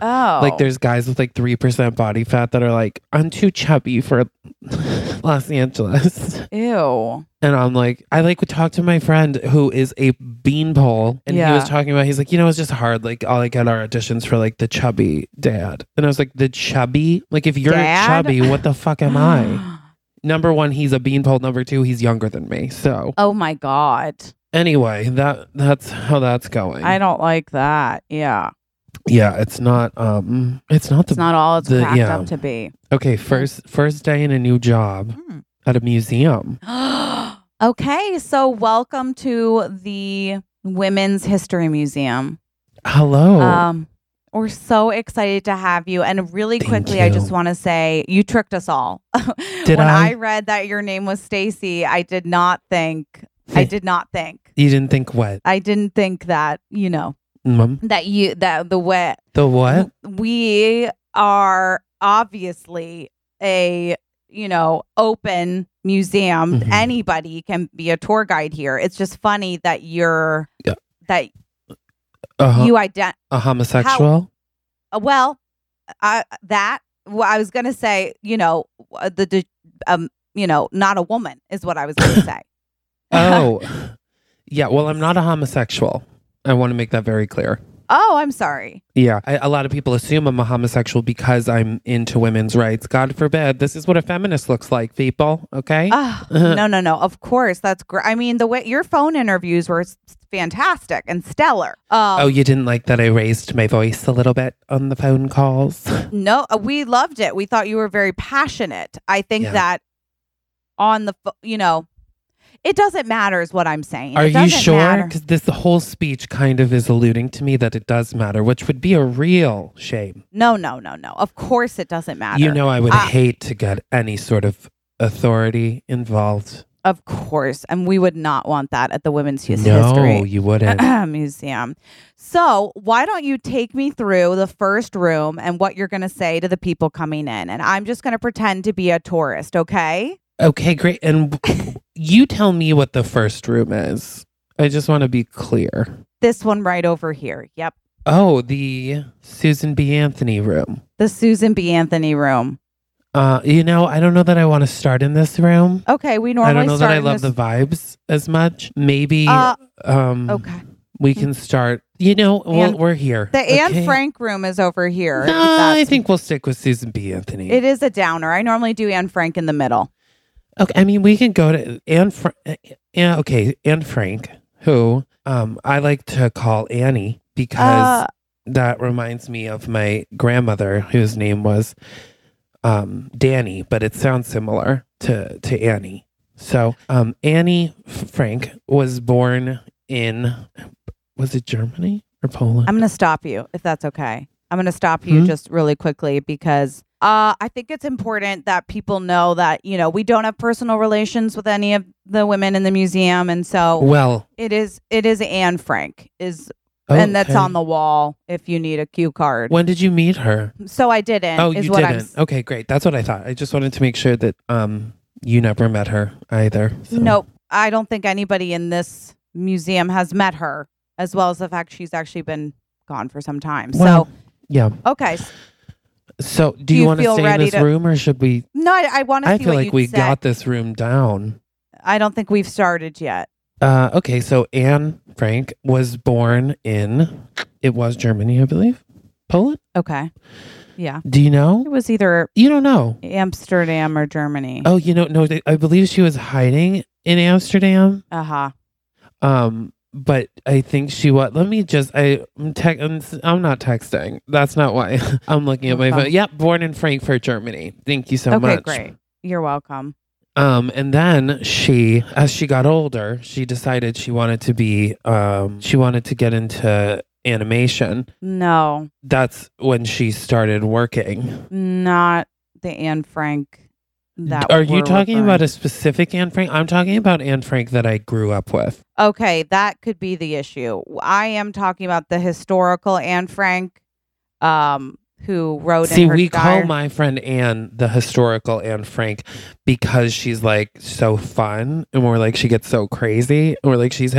Speaker 2: oh.
Speaker 3: Like there's guys with like three percent body fat that are like, I'm too chubby for Los Angeles.
Speaker 2: ew.
Speaker 3: And I'm like, I like would talk to my friend who is a beanpole. And he was
Speaker 2: Yeah.
Speaker 3: talking about, he's like, you know, it's just hard. Like, all I get are auditions for like the chubby dad. And I was like, the chubby? Like, if you're
Speaker 2: Dad?
Speaker 3: chubby, what the fuck am I? Number one, he's a beanpole. Number two, he's younger than me. So
Speaker 2: Oh my god.
Speaker 3: anyway, that that's how that's going.
Speaker 2: I don't like that. Yeah.
Speaker 3: yeah, it's not, um, it's not the,
Speaker 2: It's not all it's
Speaker 3: the-
Speaker 2: cracked
Speaker 3: yeah.
Speaker 2: up to be. Hmm.
Speaker 3: okay, first, first day in a new job at a museum.
Speaker 2: okay, so welcome to the Women's History Museum.
Speaker 3: Hello.
Speaker 2: Um, we're so excited to have you. And really
Speaker 3: Thank
Speaker 2: quickly, I
Speaker 3: you.
Speaker 2: just want to say you tricked us all.
Speaker 3: Did
Speaker 2: when
Speaker 3: I?
Speaker 2: I? read that your name was Stacy, I did not think. I did not think.
Speaker 3: you didn't think what?
Speaker 2: I didn't think that you know
Speaker 3: Mom?
Speaker 2: that you that the way
Speaker 3: The what?
Speaker 2: we are obviously a you know open museum.
Speaker 3: Mhm.
Speaker 2: Anybody can be a tour guide here. It's just funny that you're
Speaker 3: Yeah.
Speaker 2: that
Speaker 3: A,
Speaker 2: you ident
Speaker 3: Uh-huh. a homosexual?
Speaker 2: Uh, well, I, uh, that well, I was gonna say, you know, uh, the, the um, you know, not a woman is what I was gonna say.
Speaker 3: Oh, yeah. Well, I'm not a homosexual. I want to make that very clear.
Speaker 2: oh, I'm sorry.
Speaker 3: Yeah. I, a lot of people assume I'm a homosexual because I'm into women's rights. God forbid. This is what a feminist looks like, people. Okay.
Speaker 2: Oh,
Speaker 3: Uh-huh.
Speaker 2: no, no, no. Of course, that's great. I mean, the way your phone interviews were s- fantastic and stellar. Um,
Speaker 3: oh, you didn't like that I raised my voice a little bit on the phone calls?
Speaker 2: No, uh, we loved it. We thought you were very passionate. I think
Speaker 3: Yeah.
Speaker 2: that on the, pho- you know, it doesn't matter is what I'm saying.
Speaker 3: Are
Speaker 2: It
Speaker 3: you
Speaker 2: doesn't
Speaker 3: sure?
Speaker 2: matter.
Speaker 3: Because this whole speech kind of is alluding to me that it does matter, which would be a real shame.
Speaker 2: No, no, no, no. Of course, it doesn't matter. Ah.
Speaker 3: You know, I would
Speaker 2: I-
Speaker 3: hate to get any sort of authority involved.
Speaker 2: Of course. And we would not want that at the Women's His-
Speaker 3: no,
Speaker 2: History
Speaker 3: you wouldn't.
Speaker 2: Uh, Museum. So, why don't you take me through the first room and what you're going to say to the people coming in? And I'm just going to pretend to be a tourist, okay?
Speaker 3: Okay, great. And you tell me what the first room is. I just want to be clear.
Speaker 2: This one right over here. Yep.
Speaker 3: Oh, the Susan B. Anthony room.
Speaker 2: The Susan B. Anthony room.
Speaker 3: Uh, you know, I don't know that I want to start in this room.
Speaker 2: Okay. We normally
Speaker 3: I don't know that
Speaker 2: start
Speaker 3: I
Speaker 2: in
Speaker 3: love
Speaker 2: this-
Speaker 3: the vibes as much. Maybe
Speaker 2: Uh,
Speaker 3: um,
Speaker 2: Okay.
Speaker 3: we can start. You know, well,
Speaker 2: Anne-
Speaker 3: we're here.
Speaker 2: Mm-hmm. The Anne
Speaker 3: okay?
Speaker 2: Frank room is over here.
Speaker 3: No,
Speaker 2: if that's-
Speaker 3: I think we'll stick with Susan B. Anthony.
Speaker 2: it is a downer. I normally do Anne Frank in the middle.
Speaker 3: Okay, I mean we can go to Anne. Fra- uh, yeah, okay, Anne Frank, who um I like to call Annie because
Speaker 2: Uh,
Speaker 3: that reminds me of my grandmother whose name was um Danny, but it sounds similar to to Annie. So um Annie F- Frank was born in was it Germany or Poland?
Speaker 2: I'm going to stop you if that's okay. I'm going to stop you
Speaker 3: Hmm?
Speaker 2: just really quickly because Uh, I think it's important that people know that, you know, we don't have personal relations with any of the women in the museum. And so
Speaker 3: Well,
Speaker 2: it is, it is Anne Frank is, and that's
Speaker 3: okay.
Speaker 2: on the wall if you need a cue card.
Speaker 3: When did you meet her?
Speaker 2: so I didn't,
Speaker 3: oh, you
Speaker 2: is
Speaker 3: didn't.
Speaker 2: what I'm s-
Speaker 3: okay, great. That's what I thought. I just wanted to make sure that um you never met her either. so-
Speaker 2: Nope. I don't think anybody in this museum has met her, as well as the fact she's actually been gone for some time.
Speaker 3: Well,
Speaker 2: so,
Speaker 3: yeah.
Speaker 2: okay. s-
Speaker 3: So, do,
Speaker 2: Do
Speaker 3: you,
Speaker 2: you
Speaker 3: want to
Speaker 2: feel
Speaker 3: stay in
Speaker 2: ready
Speaker 3: this
Speaker 2: to-
Speaker 3: room, or should we?
Speaker 2: No, I, I want to
Speaker 3: I
Speaker 2: see
Speaker 3: feel
Speaker 2: what you
Speaker 3: like we
Speaker 2: said.
Speaker 3: got this room down.
Speaker 2: I don't think we've started yet.
Speaker 3: Uh, okay, so Anne Frank was born in it was Germany, I believe. Poland?
Speaker 2: Okay. Yeah.
Speaker 3: Do you
Speaker 2: It
Speaker 3: know?
Speaker 2: was either
Speaker 3: You don't know.
Speaker 2: Amsterdam or Germany.
Speaker 3: Oh, you know, no, they- I believe she was hiding in Amsterdam.
Speaker 2: Uh huh.
Speaker 3: Um, but I think she was. Let me just. I, I'm, tec- I'm, s- I'm not texting. That's not why I'm looking at my
Speaker 2: Okay.
Speaker 3: phone. Yep, born in Frankfurt, Germany. Thank you so
Speaker 2: okay,
Speaker 3: much.
Speaker 2: great. You're welcome.
Speaker 3: Um, and then she, as she got older, she decided she wanted to be, um, she wanted to get into animation.
Speaker 2: No,
Speaker 3: That's when she started working.
Speaker 2: not the Anne Frank. That
Speaker 3: Are you
Speaker 2: we're
Speaker 3: talking
Speaker 2: referring-
Speaker 3: about a specific Anne Frank? I'm talking about Anne Frank that I grew up with.
Speaker 2: Okay, that could be the issue. I am talking about the historical Anne Frank, um, who wrote.
Speaker 3: See,
Speaker 2: in her
Speaker 3: we call
Speaker 2: diary-
Speaker 3: my friend Anne the historical Anne Frank because she's like so fun, and we're like she gets so crazy, and we're like she's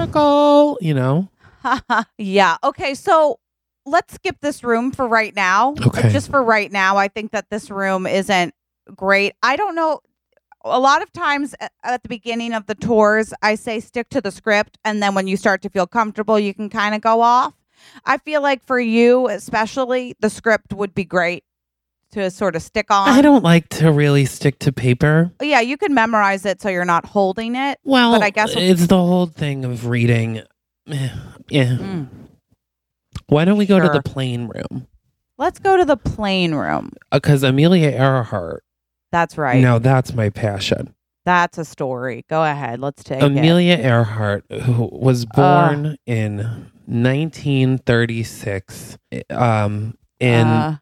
Speaker 3: historical, you know?
Speaker 2: yeah. Okay, so let's skip this room for right now.
Speaker 3: Okay.
Speaker 2: Just for right now, I think that this room isn't great. I don't know. A lot of times a- at the beginning of the tours, I say stick to the script, and then when you start to feel comfortable, you can kind of go off. I feel like for you, especially, the script would be great to sort of stick on.
Speaker 3: I don't like to really stick to paper.
Speaker 2: Yeah, you can memorize it so you're not holding it.
Speaker 3: Well,
Speaker 2: I guess-
Speaker 3: it's the whole thing of reading. Eh, Yeah.
Speaker 2: Mm.
Speaker 3: Why don't we go to
Speaker 2: Sure.
Speaker 3: the plane room?
Speaker 2: Let's go to the plane room.
Speaker 3: Because Amelia Earhart.
Speaker 2: That's right.
Speaker 3: Now that's my passion.
Speaker 2: That's a story. Go ahead. Let's take it.
Speaker 3: Amelia Earhart, who was
Speaker 2: Ah.
Speaker 3: born in 1936 um, in
Speaker 2: Uh,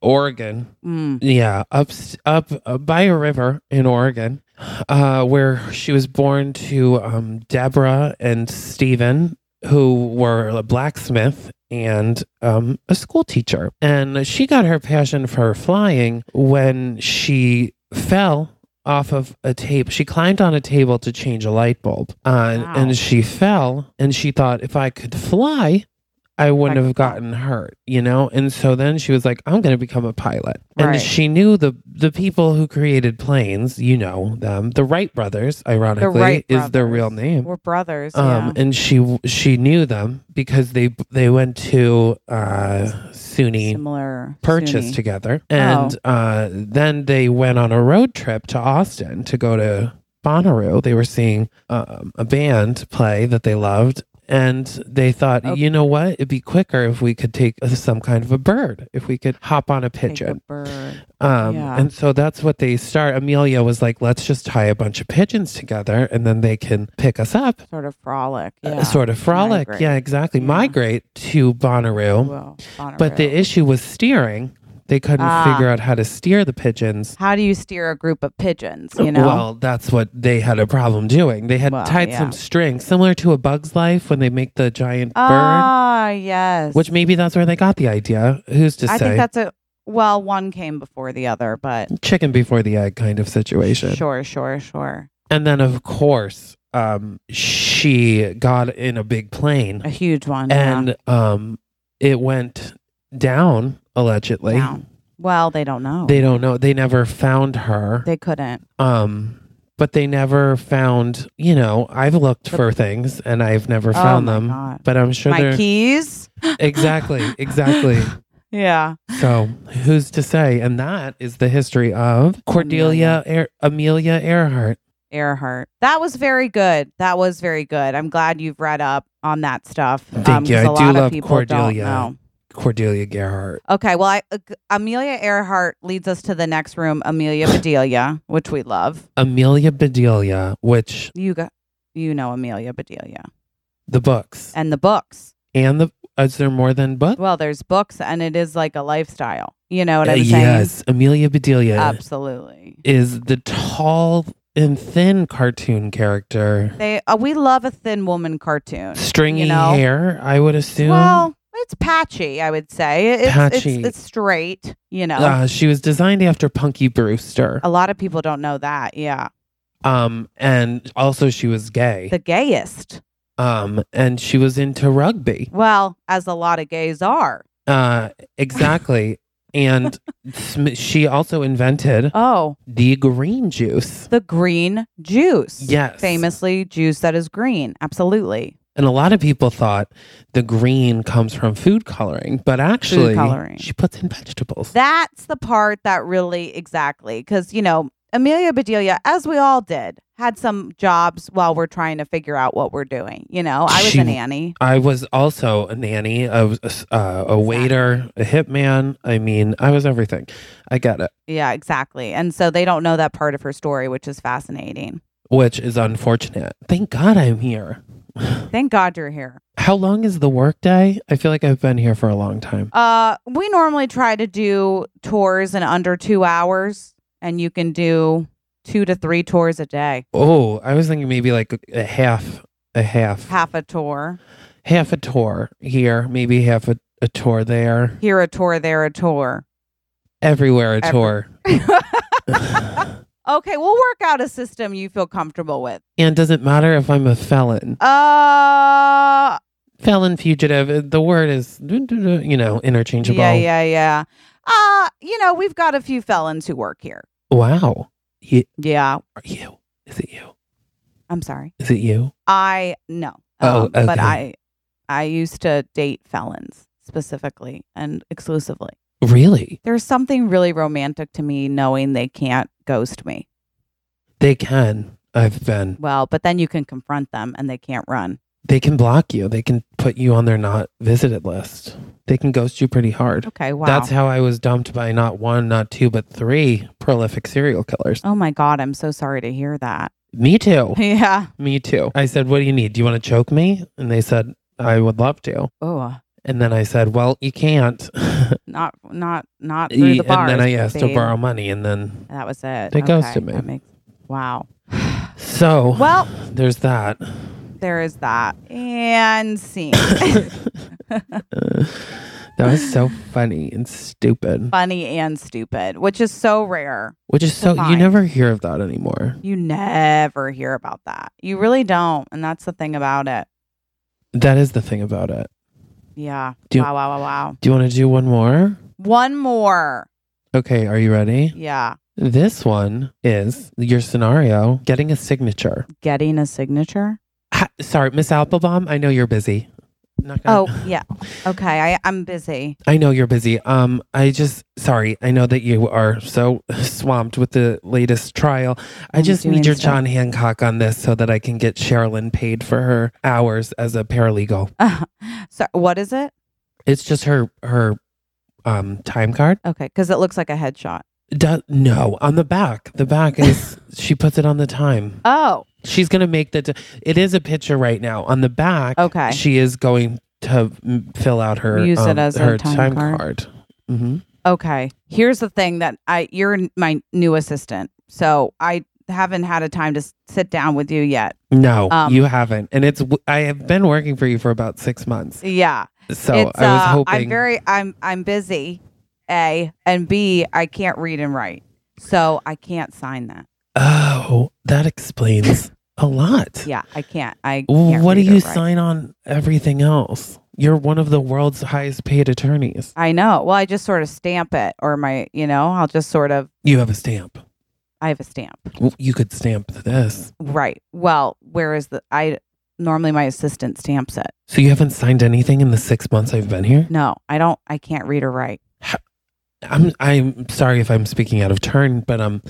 Speaker 3: Oregon.
Speaker 2: mm,
Speaker 3: Yeah, up up uh, by a river in Oregon, uh, where she was born to um, Deborah and Stephen, who were a blacksmith and um, a school teacher. And she got her passion for flying when she fell off of a table. She climbed on a table to change a light bulb, uh,
Speaker 2: Wow.
Speaker 3: and she fell. And she thought, if I could fly. I wouldn't
Speaker 2: Like-
Speaker 3: have gotten hurt, you know? And so then she was like, I'm going to become a pilot. And
Speaker 2: Right.
Speaker 3: she knew the the people who created planes, you know them, the Wright brothers, ironically,
Speaker 2: Wright
Speaker 3: is their real
Speaker 2: brothers.
Speaker 3: name.
Speaker 2: we're brothers.
Speaker 3: Um,
Speaker 2: yeah.
Speaker 3: and she she knew them because they they went to uh, SUNY
Speaker 2: Similar.
Speaker 3: purchase
Speaker 2: SUNY. Oh.
Speaker 3: together, and uh, then they went on a road trip to Austin to go to Bonnaroo. They were seeing um, a band play that they loved. And they thought,
Speaker 2: Okay.
Speaker 3: you know what? It'd be quicker if we could take uh, some kind of a bird, if we could hop on a
Speaker 2: Take a
Speaker 3: pigeon.
Speaker 2: bird.
Speaker 3: Um,
Speaker 2: Yeah.
Speaker 3: And so that's what they start. Amelia was like, let's just tie a bunch of pigeons together and then they can pick us up,
Speaker 2: Sort of frolic.
Speaker 3: uh,
Speaker 2: Yeah.
Speaker 3: sort of frolic.
Speaker 2: Migrate.
Speaker 3: Yeah, exactly.
Speaker 2: Yeah.
Speaker 3: Migrate to Bonnaroo.
Speaker 2: Well, Bonnaroo.
Speaker 3: but the issue was steering. They couldn't
Speaker 2: Ah.
Speaker 3: figure out how to steer the pigeons.
Speaker 2: how do you steer a group of pigeons? You know.
Speaker 3: Well, that's what they had a problem doing. They had
Speaker 2: Well,
Speaker 3: tied
Speaker 2: yeah.
Speaker 3: some string, similar to a bug's life when they make the giant bird,
Speaker 2: ah, yes.
Speaker 3: which maybe that's where they got the idea. Who's to
Speaker 2: I
Speaker 3: say?
Speaker 2: think that's a. Well, one came before the other, but
Speaker 3: Chicken before the egg kind of situation.
Speaker 2: sure, sure, sure.
Speaker 3: And then, of course, um, she got in a big plane
Speaker 2: A huge one. yeah.
Speaker 3: and um, it went down, allegedly.
Speaker 2: Down. Well, they don't know.
Speaker 3: They don't know. They never found her.
Speaker 2: They couldn't.
Speaker 3: um, but they never found, you know, I've looked for things and I've never found
Speaker 2: oh
Speaker 3: them.
Speaker 2: My, God.
Speaker 3: But I'm sure
Speaker 2: My
Speaker 3: they're.
Speaker 2: keys.
Speaker 3: Exactly, exactly.
Speaker 2: Yeah.
Speaker 3: So who's to say? And that is the history of Cordelia Air- Amelia Earhart.
Speaker 2: Earhart. That was very good. That was very good. I'm glad you've read up on that stuff. Um,
Speaker 3: Thank you.
Speaker 2: 'cause
Speaker 3: I
Speaker 2: A
Speaker 3: do
Speaker 2: lot
Speaker 3: love
Speaker 2: of people don't
Speaker 3: Cordelia.
Speaker 2: know.
Speaker 3: Cordelia Gerhardt.
Speaker 2: Okay. Well, I, uh, Amelia Earhart leads us to the next room, Amelia Bedelia, which we love.
Speaker 3: Amelia Bedelia, which
Speaker 2: You got, you know Amelia Bedelia
Speaker 3: the books
Speaker 2: and the books.
Speaker 3: and the is there more than books?
Speaker 2: Well, there's books, and it is like a lifestyle. You know what
Speaker 3: Uh,
Speaker 2: I'm saying?
Speaker 3: yes, Amelia Bedelia
Speaker 2: Absolutely.
Speaker 3: is the tall and thin cartoon character.
Speaker 2: They uh, we love a thin woman cartoon.
Speaker 3: Stringy
Speaker 2: you know?
Speaker 3: hair, I would assume.
Speaker 2: Well, it's patchy, I would say. It's,
Speaker 3: Patchy.
Speaker 2: It's, it's straight, you know.
Speaker 3: Uh, she was designed after Punky Brewster.
Speaker 2: a lot of people don't know that. Yeah.
Speaker 3: Um, and also she was gay.
Speaker 2: The gayest.
Speaker 3: Um, and she was into rugby.
Speaker 2: Well, as a lot of gays are.
Speaker 3: Uh, exactly. and sm- she also invented
Speaker 2: Oh,
Speaker 3: the green juice.
Speaker 2: the green juice.
Speaker 3: Yes.
Speaker 2: Famously, juice that is green. Absolutely.
Speaker 3: And a lot of people thought the green comes from food coloring, but actually,
Speaker 2: coloring.
Speaker 3: she puts in vegetables.
Speaker 2: That's the part that really exactly because you know Amelia Bedelia, as we all did, had some jobs while we're trying to figure out what we're doing. You know, I was
Speaker 3: She-
Speaker 2: a nanny.
Speaker 3: I was also a nanny, I was a, s- uh, a waiter, a hitman. I mean, I was everything. I get it,
Speaker 2: Yeah, exactly. And so they don't know that part of her story, which is fascinating.
Speaker 3: which is unfortunate. Thank God I'm here.
Speaker 2: Thank God you're here.
Speaker 3: How long is the workday? I feel like I've been here for a long time.
Speaker 2: Uh, we normally try to do tours in under two hours, and you can do two to three tours a day,
Speaker 3: Oh, I was thinking maybe like a half, a half, half,
Speaker 2: half a tour
Speaker 3: a tour here, maybe half a, a tour there,
Speaker 2: here, a tour there, a tour.
Speaker 3: everywhere a
Speaker 2: Every-
Speaker 3: tour.
Speaker 2: Okay, we'll work out a system you feel comfortable with.
Speaker 3: and does it matter if I'm a felon?
Speaker 2: Uh,
Speaker 3: Felon, fugitive, uh, the word is, you know, interchangeable.
Speaker 2: yeah, yeah, yeah. Uh, you know, we've got a few felons who work here.
Speaker 3: Wow. You,
Speaker 2: Yeah,
Speaker 3: are you? Is it you?
Speaker 2: I'm sorry.
Speaker 3: Is it you?
Speaker 2: I no.
Speaker 3: Oh,
Speaker 2: But
Speaker 3: okay.
Speaker 2: I, I used to date felons specifically and exclusively.
Speaker 3: Really?
Speaker 2: There's something really romantic to me knowing they can't ghost me.
Speaker 3: They can. I've been.
Speaker 2: Well, but then you can confront them and they can't run.
Speaker 3: They can block you. They can put you on their not visited list. They can ghost you pretty hard.
Speaker 2: Okay, wow.
Speaker 3: That's how I was dumped by not one, not two, but three prolific serial killers.
Speaker 2: oh my god, I'm so sorry to hear that.
Speaker 3: Me too.
Speaker 2: yeah.
Speaker 3: Me too. I said, What do you need? Do you want to choke me? And they said, I would love to.
Speaker 2: Oh,
Speaker 3: And then I said, Well, you can't. E,
Speaker 2: not not not through
Speaker 3: and
Speaker 2: the bars.
Speaker 3: then I asked to
Speaker 2: babe.
Speaker 3: borrow money. And then,
Speaker 2: That was it.
Speaker 3: They ghosted me.
Speaker 2: that makes- wow.
Speaker 3: so
Speaker 2: Well-
Speaker 3: there's that.
Speaker 2: There is that. And scene.
Speaker 3: That was so funny and stupid.
Speaker 2: Funny and stupid, which is so rare.
Speaker 3: Which is so you
Speaker 2: Combined.
Speaker 3: never hear of that anymore.
Speaker 2: You never hear about that. You really don't. And that's the thing about it.
Speaker 3: That is the thing about it.
Speaker 2: Yeah.
Speaker 3: Do-
Speaker 2: wow, wow, wow, wow.
Speaker 3: Do you want to do one more?
Speaker 2: One more.
Speaker 3: Okay, are you ready?
Speaker 2: Yeah.
Speaker 3: This one is your scenario getting a signature.
Speaker 2: Getting a signature.
Speaker 3: Ha- Sorry, Miss Applebaum, I know you're busy. Not gonna-
Speaker 2: Oh, yeah. Okay. I, I'm busy.
Speaker 3: I know you're busy. Um, I just sorry. I know that you are so swamped with the latest trial. I
Speaker 2: I'm
Speaker 3: just
Speaker 2: doing
Speaker 3: need your
Speaker 2: stuff.
Speaker 3: John Hancock on this so that I can get Sherilyn paid for her hours as a paralegal.
Speaker 2: so, what is it?
Speaker 3: It's just her her um time card.
Speaker 2: Okay. Because it looks like a headshot.
Speaker 3: Do- no, on the back. The back is she puts it on the time.
Speaker 2: Oh,
Speaker 3: She's gonna make the. T- it is a picture right now on the back.
Speaker 2: Okay.
Speaker 3: she is going to mm, fill out her
Speaker 2: Use it
Speaker 3: um,
Speaker 2: as a
Speaker 3: her
Speaker 2: time card.
Speaker 3: hmm
Speaker 2: okay. Here's the thing that I, you're my new assistant. So I haven't had a time to s- sit down with you yet.
Speaker 3: No,
Speaker 2: Um,
Speaker 3: you haven't, and it's. w- I have been working for you for about six months,
Speaker 2: Yeah.
Speaker 3: so
Speaker 2: it's,
Speaker 3: I was
Speaker 2: uh,
Speaker 3: hoping.
Speaker 2: I'm very I'm I'm busy. A and B, I can't read and write. So I can't sign that.
Speaker 3: oh, that explains a lot.
Speaker 2: Yeah, I can't. I
Speaker 3: Well,
Speaker 2: can't
Speaker 3: what do
Speaker 2: read or
Speaker 3: you
Speaker 2: write.
Speaker 3: sign on everything else? You're one of the world's highest paid attorneys.
Speaker 2: I know. Well, I just sort of stamp it or my, you know, I'll just sort of
Speaker 3: You have a stamp.
Speaker 2: I have a stamp.
Speaker 3: W- You could stamp this.
Speaker 2: Right. Well, where is the I normally my assistant stamps it.
Speaker 3: So you haven't signed anything in the six months I've been here.
Speaker 2: No, I don't I can't read or write.
Speaker 3: I'm I'm sorry if I'm speaking out of turn, but um,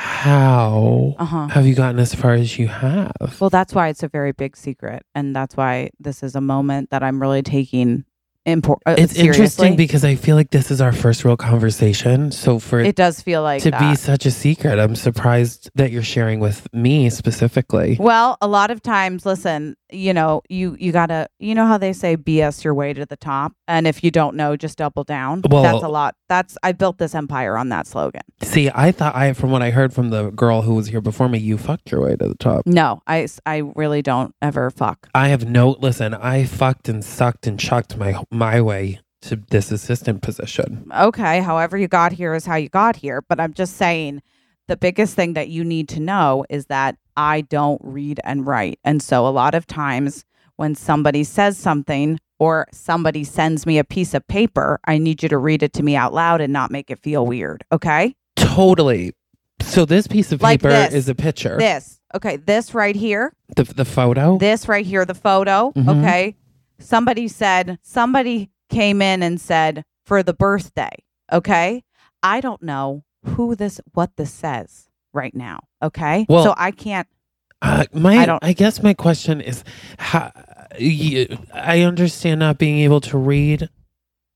Speaker 3: how
Speaker 2: Uh-huh.
Speaker 3: have you gotten as far as you have?
Speaker 2: Well, that's why it's a very big secret and that's why this is a moment that I'm really taking import uh,
Speaker 3: it's
Speaker 2: seriously.
Speaker 3: interesting because I feel like this is our first real conversation. So for it
Speaker 2: it does feel like
Speaker 3: to
Speaker 2: that.
Speaker 3: be such a secret, I'm surprised that you're sharing with me specifically.
Speaker 2: Well, a lot of times, listen, you know, you you gotta, you know how they say BS your way to the top, and if you don't know, just double down.
Speaker 3: Well-
Speaker 2: that's a lot. That's I built this empire on that slogan.
Speaker 3: See, I thought I, from what I heard from the girl who was here before me, you fucked your way to the top.
Speaker 2: No, I s- I really don't ever fuck.
Speaker 3: I have no listen. I fucked and sucked and chucked my my way to this assistant position.
Speaker 2: Okay, however you got here is how you got here, but I'm just saying the biggest thing that you need to know is that I don't read and write. And so a lot of times when somebody says something or somebody sends me a piece of paper, I need you to read it to me out loud and not make it feel weird, okay?
Speaker 3: Totally. So this piece of
Speaker 2: Like
Speaker 3: paper
Speaker 2: this.
Speaker 3: is a picture.
Speaker 2: This. Okay, this right here.
Speaker 3: The the photo.
Speaker 2: this right here, the photo.
Speaker 3: Mhm.
Speaker 2: Okay. Somebody said, somebody came in and said, for the birthday. Okay. I don't know who this, what this says right now. Okay.
Speaker 3: Well-
Speaker 2: so I can't.
Speaker 3: Uh, my, I,
Speaker 2: I don't-
Speaker 3: guess my question is, how, you, I understand not being able to read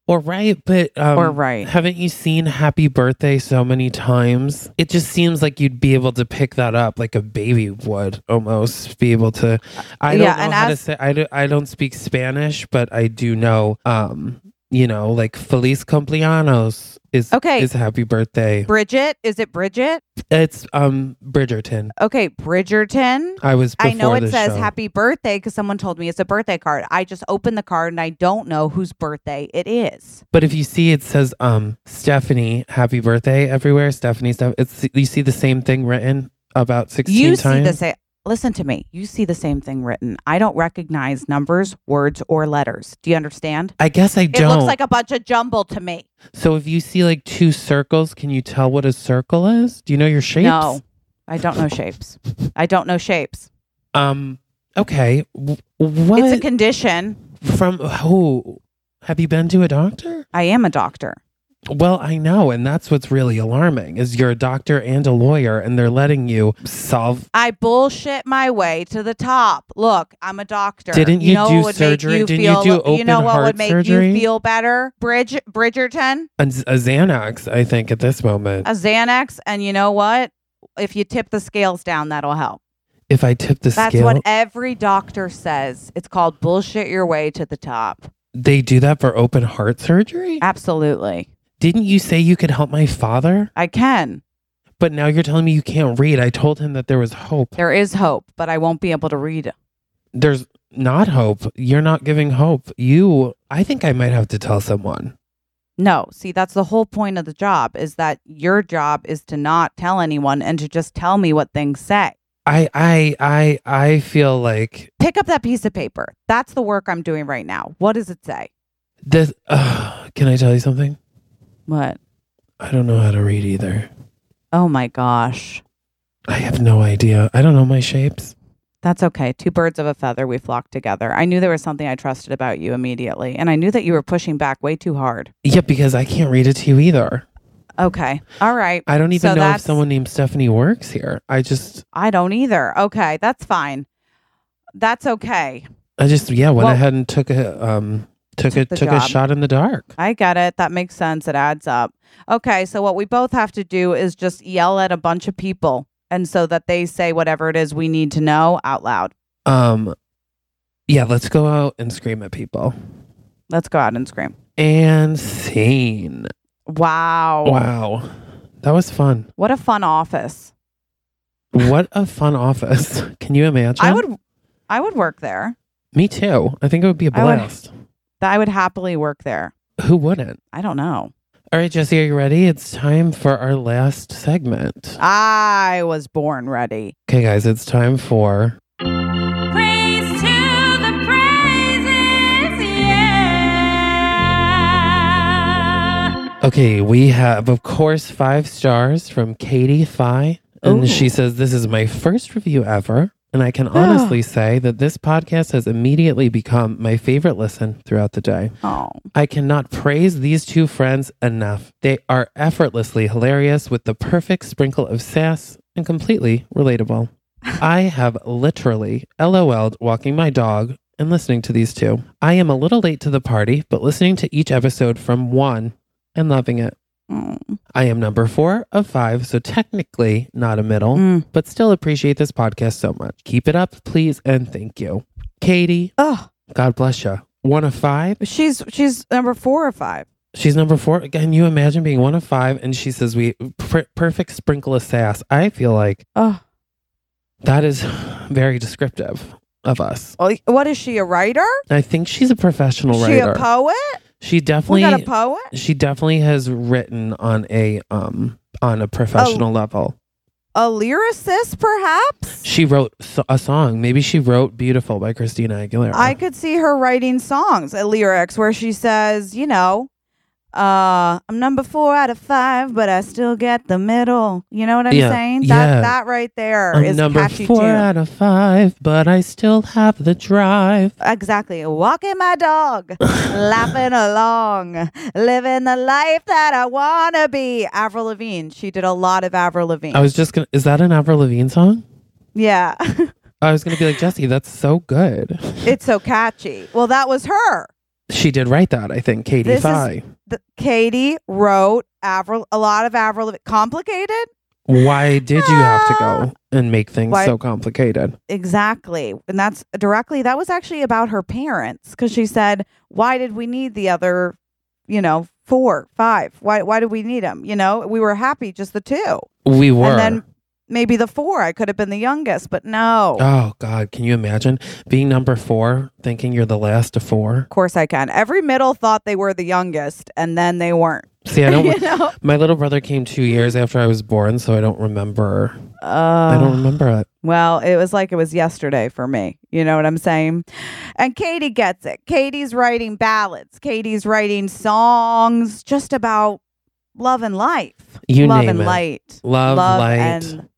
Speaker 3: or write, but um,
Speaker 2: or right.
Speaker 3: haven't you seen Happy Birthday so many times? It just seems like you'd be able to pick that up like a baby would almost be able to. I
Speaker 2: Yeah,
Speaker 3: don't know
Speaker 2: and
Speaker 3: how
Speaker 2: as-
Speaker 3: to say. I, do, I don't speak Spanish, but I do know. Um, you know, like Feliz cumpleaños is
Speaker 2: Okay.
Speaker 3: is Happy Birthday.
Speaker 2: Bridget. Is it Bridget?
Speaker 3: It's um Bridgerton.
Speaker 2: Okay. Bridgerton.
Speaker 3: I was. Before
Speaker 2: I know it
Speaker 3: this
Speaker 2: says
Speaker 3: show.
Speaker 2: happy birthday because someone told me it's a birthday card. I just opened the card and I don't know whose birthday it is.
Speaker 3: But if you see it says um Stephanie, happy birthday everywhere, Stephanie stuff. It's you see the same thing written about sixteen
Speaker 2: you see
Speaker 3: times.
Speaker 2: the same. Listen to me. You see the same thing written. I don't recognize numbers, words, or letters. Do you understand?
Speaker 3: I guess I
Speaker 2: It
Speaker 3: don't.
Speaker 2: looks like a bunch of jumble to me.
Speaker 3: so if you see like two circles, can you tell what a circle is? Do you know your shapes?
Speaker 2: No, I don't know shapes. I don't know shapes.
Speaker 3: Um. Okay. W-
Speaker 2: It's a
Speaker 3: What
Speaker 2: condition.
Speaker 3: from who? Have you been to a doctor?
Speaker 2: I am a doctor.
Speaker 3: Well, I know, and that's what's really alarming is you're a doctor and a lawyer, and they're letting you solve.
Speaker 2: I bullshit my way to the top. Look, I'm a doctor.
Speaker 3: Didn't you
Speaker 2: know
Speaker 3: do
Speaker 2: what would make
Speaker 3: surgery?
Speaker 2: You
Speaker 3: Didn't you
Speaker 2: feel,
Speaker 3: do
Speaker 2: You
Speaker 3: open
Speaker 2: know what
Speaker 3: heart
Speaker 2: would make
Speaker 3: surgery?
Speaker 2: you feel better? Bridge Bridgerton,
Speaker 3: A, a Xanax, I think, at this moment.
Speaker 2: a Xanax, and you know what? If you tip the scales down, that'll help.
Speaker 3: if I tip the
Speaker 2: That's
Speaker 3: scale,
Speaker 2: what every doctor says. It's called bullshit your way to the top.
Speaker 3: They do that for open heart surgery?
Speaker 2: Absolutely.
Speaker 3: Didn't you say you could help my father?
Speaker 2: I can.
Speaker 3: But now you're telling me you can't read. I told him that there was hope.
Speaker 2: There is hope, but I won't be able to read.
Speaker 3: There's not hope. You're not giving hope. You, I think I might have to tell someone.
Speaker 2: No, see, that's the whole point of the job is that your job is to not tell anyone and to just tell me what things say.
Speaker 3: I, I, I, I feel like
Speaker 2: Pick up that piece of paper. That's the work I'm doing right now. What does it say?
Speaker 3: this. Uh, can I tell you something?
Speaker 2: What?
Speaker 3: I don't know how to read either.
Speaker 2: Oh my gosh.
Speaker 3: I have no idea. I don't know my shapes.
Speaker 2: That's okay. Two birds of a feather, we flock together. I knew there was something I trusted about you immediately, and I knew that you were pushing back way too hard.
Speaker 3: Yeah, because I can't read it to you either.
Speaker 2: Okay. All right.
Speaker 3: I don't even
Speaker 2: So
Speaker 3: know if
Speaker 2: that's-
Speaker 3: someone named Stephanie works here. I just,
Speaker 2: I don't either. Okay. That's fine. That's okay.
Speaker 3: I just yeah went
Speaker 2: Well-
Speaker 3: ahead and took a um took,
Speaker 2: Took
Speaker 3: a
Speaker 2: the
Speaker 3: took a
Speaker 2: job.
Speaker 3: shot in the dark.
Speaker 2: I get it. That makes sense. It adds up. Okay, so what we both have to do is just yell at a bunch of people and so that they say whatever it is we need to know out loud.
Speaker 3: Um, yeah, let's go out and scream at people
Speaker 2: Let's go out and scream.
Speaker 3: and scene.
Speaker 2: Wow.
Speaker 3: Wow, that was fun.
Speaker 2: What a fun office.
Speaker 3: What a fun office. Can you imagine?
Speaker 2: I would I would work there.
Speaker 3: Me too. I think it would be a
Speaker 2: I would-
Speaker 3: blast.
Speaker 2: Th- I would happily work there.
Speaker 3: Who wouldn't?
Speaker 2: I don't know.
Speaker 3: All right, Jesse, are you ready? It's time for our last segment.
Speaker 2: I was born ready.
Speaker 3: Okay, guys, it's time for
Speaker 1: Praise to the praises, yeah.
Speaker 3: Okay, we have, of course, five stars from Katie Fi. And
Speaker 2: Ooh.
Speaker 3: she says, This is my first review ever. And I can honestly say that this podcast has immediately become my favorite listen throughout the day.
Speaker 2: Oh.
Speaker 3: I cannot praise these two friends enough. They are effortlessly hilarious with the perfect sprinkle of sass and completely relatable. I have literally LOL'd walking my dog and listening to these two. I am a little late to the party, but listening to each episode from one and loving it.
Speaker 2: Mm.
Speaker 3: I am number four of five, so technically not a middle,
Speaker 2: Mm.
Speaker 3: but still appreciate this podcast so much. Keep it up, please, and thank you. Katie,
Speaker 2: Oh,
Speaker 3: God bless you. One of five.
Speaker 2: she's she's number four or five.
Speaker 3: She's number four. Can you imagine being one of five? And she says, "We per- perfect sprinkle of sass." I feel like
Speaker 2: Oh,
Speaker 3: that is very descriptive of us.
Speaker 2: well, Oh, what is she? A writer?
Speaker 3: I think she's a professional
Speaker 2: Is she
Speaker 3: writer.
Speaker 2: a poet?
Speaker 3: she
Speaker 2: We
Speaker 3: definitely
Speaker 2: got a poet.
Speaker 3: she definitely has written on a um on a professional
Speaker 2: Oh.
Speaker 3: level.
Speaker 2: A lyricist, perhaps.
Speaker 3: She wrote so- a song. Maybe she wrote "Beautiful" by Christina Aguilera.
Speaker 2: I could see her writing songs, uh, lyrics where she says, you know, uh, I'm number four out of five, but I still get the middle. You know what I'm
Speaker 3: Yeah.
Speaker 2: saying?
Speaker 3: Yeah.
Speaker 2: That that right there is
Speaker 3: I'm number
Speaker 2: catchy
Speaker 3: four
Speaker 2: tune.
Speaker 3: out of five, but I still have the drive.
Speaker 2: Exactly. Walking my dog, laughing along, living the life that I wanna be. Avril Lavigne. She did a lot of Avril Lavigne.
Speaker 3: I was just gonna. Is that an Avril Lavigne song?
Speaker 2: yeah.
Speaker 3: I was gonna be like Jesse. That's so good.
Speaker 2: it's so catchy. Well, that was her.
Speaker 3: She did write that. I think Katie
Speaker 2: This is-
Speaker 3: Fi.
Speaker 2: The, Katie wrote Avril a lot of Avril Lavigne. Complicated?
Speaker 3: Why did you have to go and make things
Speaker 2: Ah. Why-
Speaker 3: so complicated?
Speaker 2: Exactly. And that's directly that was actually about her parents because she said, "Why did we need the other, you know, four, five? Why why did we need them? You know, we were happy just the two.
Speaker 3: We were.
Speaker 2: And then maybe the four. I could have been the youngest, but no.
Speaker 3: oh God, can you imagine being number four, thinking you're the last of four?
Speaker 2: of course I can. Every middle thought they were the youngest and then they weren't.
Speaker 3: See, I don't.
Speaker 2: you know?
Speaker 3: My little brother came two years after I was born, so I don't remember.
Speaker 2: Uh,
Speaker 3: I don't remember it.
Speaker 2: Well, it was like it was yesterday for me. You know what I'm saying? And Katie gets it. Katie's writing ballads. Katie's writing songs just about love and life.
Speaker 3: You
Speaker 2: love
Speaker 3: name
Speaker 2: and
Speaker 3: it.
Speaker 2: light.
Speaker 3: Love, light.
Speaker 2: and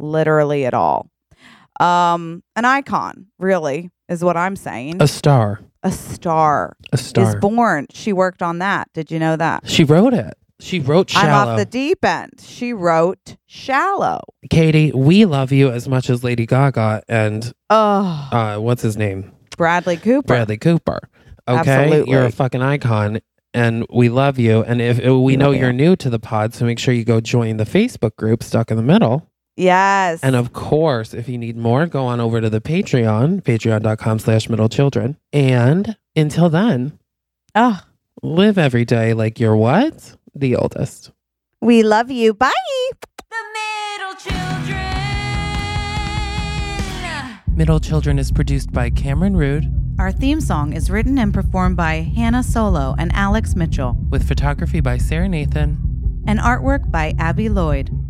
Speaker 2: literally it all. Um, an icon, really, is what I'm saying.
Speaker 3: a star.
Speaker 2: A star,
Speaker 3: A
Speaker 2: is
Speaker 3: star.
Speaker 2: born. She worked on that. Did you know that?
Speaker 3: she wrote it. She wrote shallow.
Speaker 2: I'm off the deep end. She wrote shallow.
Speaker 3: Katie, we love you as much as Lady Gaga and
Speaker 2: Oh,
Speaker 3: uh, what's his name?
Speaker 2: Bradley Cooper.
Speaker 3: Bradley Cooper. Okay,
Speaker 2: Absolutely.
Speaker 3: you're a fucking icon, and we love you. And if we know
Speaker 2: love you.
Speaker 3: you're new to the pod, so make sure you go join the Facebook group Stuck in the Middle.
Speaker 2: Yes.
Speaker 3: And uh, of course, if you need more, go on over to the Patreon, Patreon.com/slash Middle Children. And until then,
Speaker 2: oh,
Speaker 3: live every day like you're what the oldest.
Speaker 2: we love you. Bye.
Speaker 1: The middle children.
Speaker 3: Middle Children is produced by Cameron Rude
Speaker 2: Our theme song is written and performed by Hannah Solo and Alex Mitchell,
Speaker 3: with photography by Sarah Nathan.
Speaker 2: and artwork by Abby Lloyd.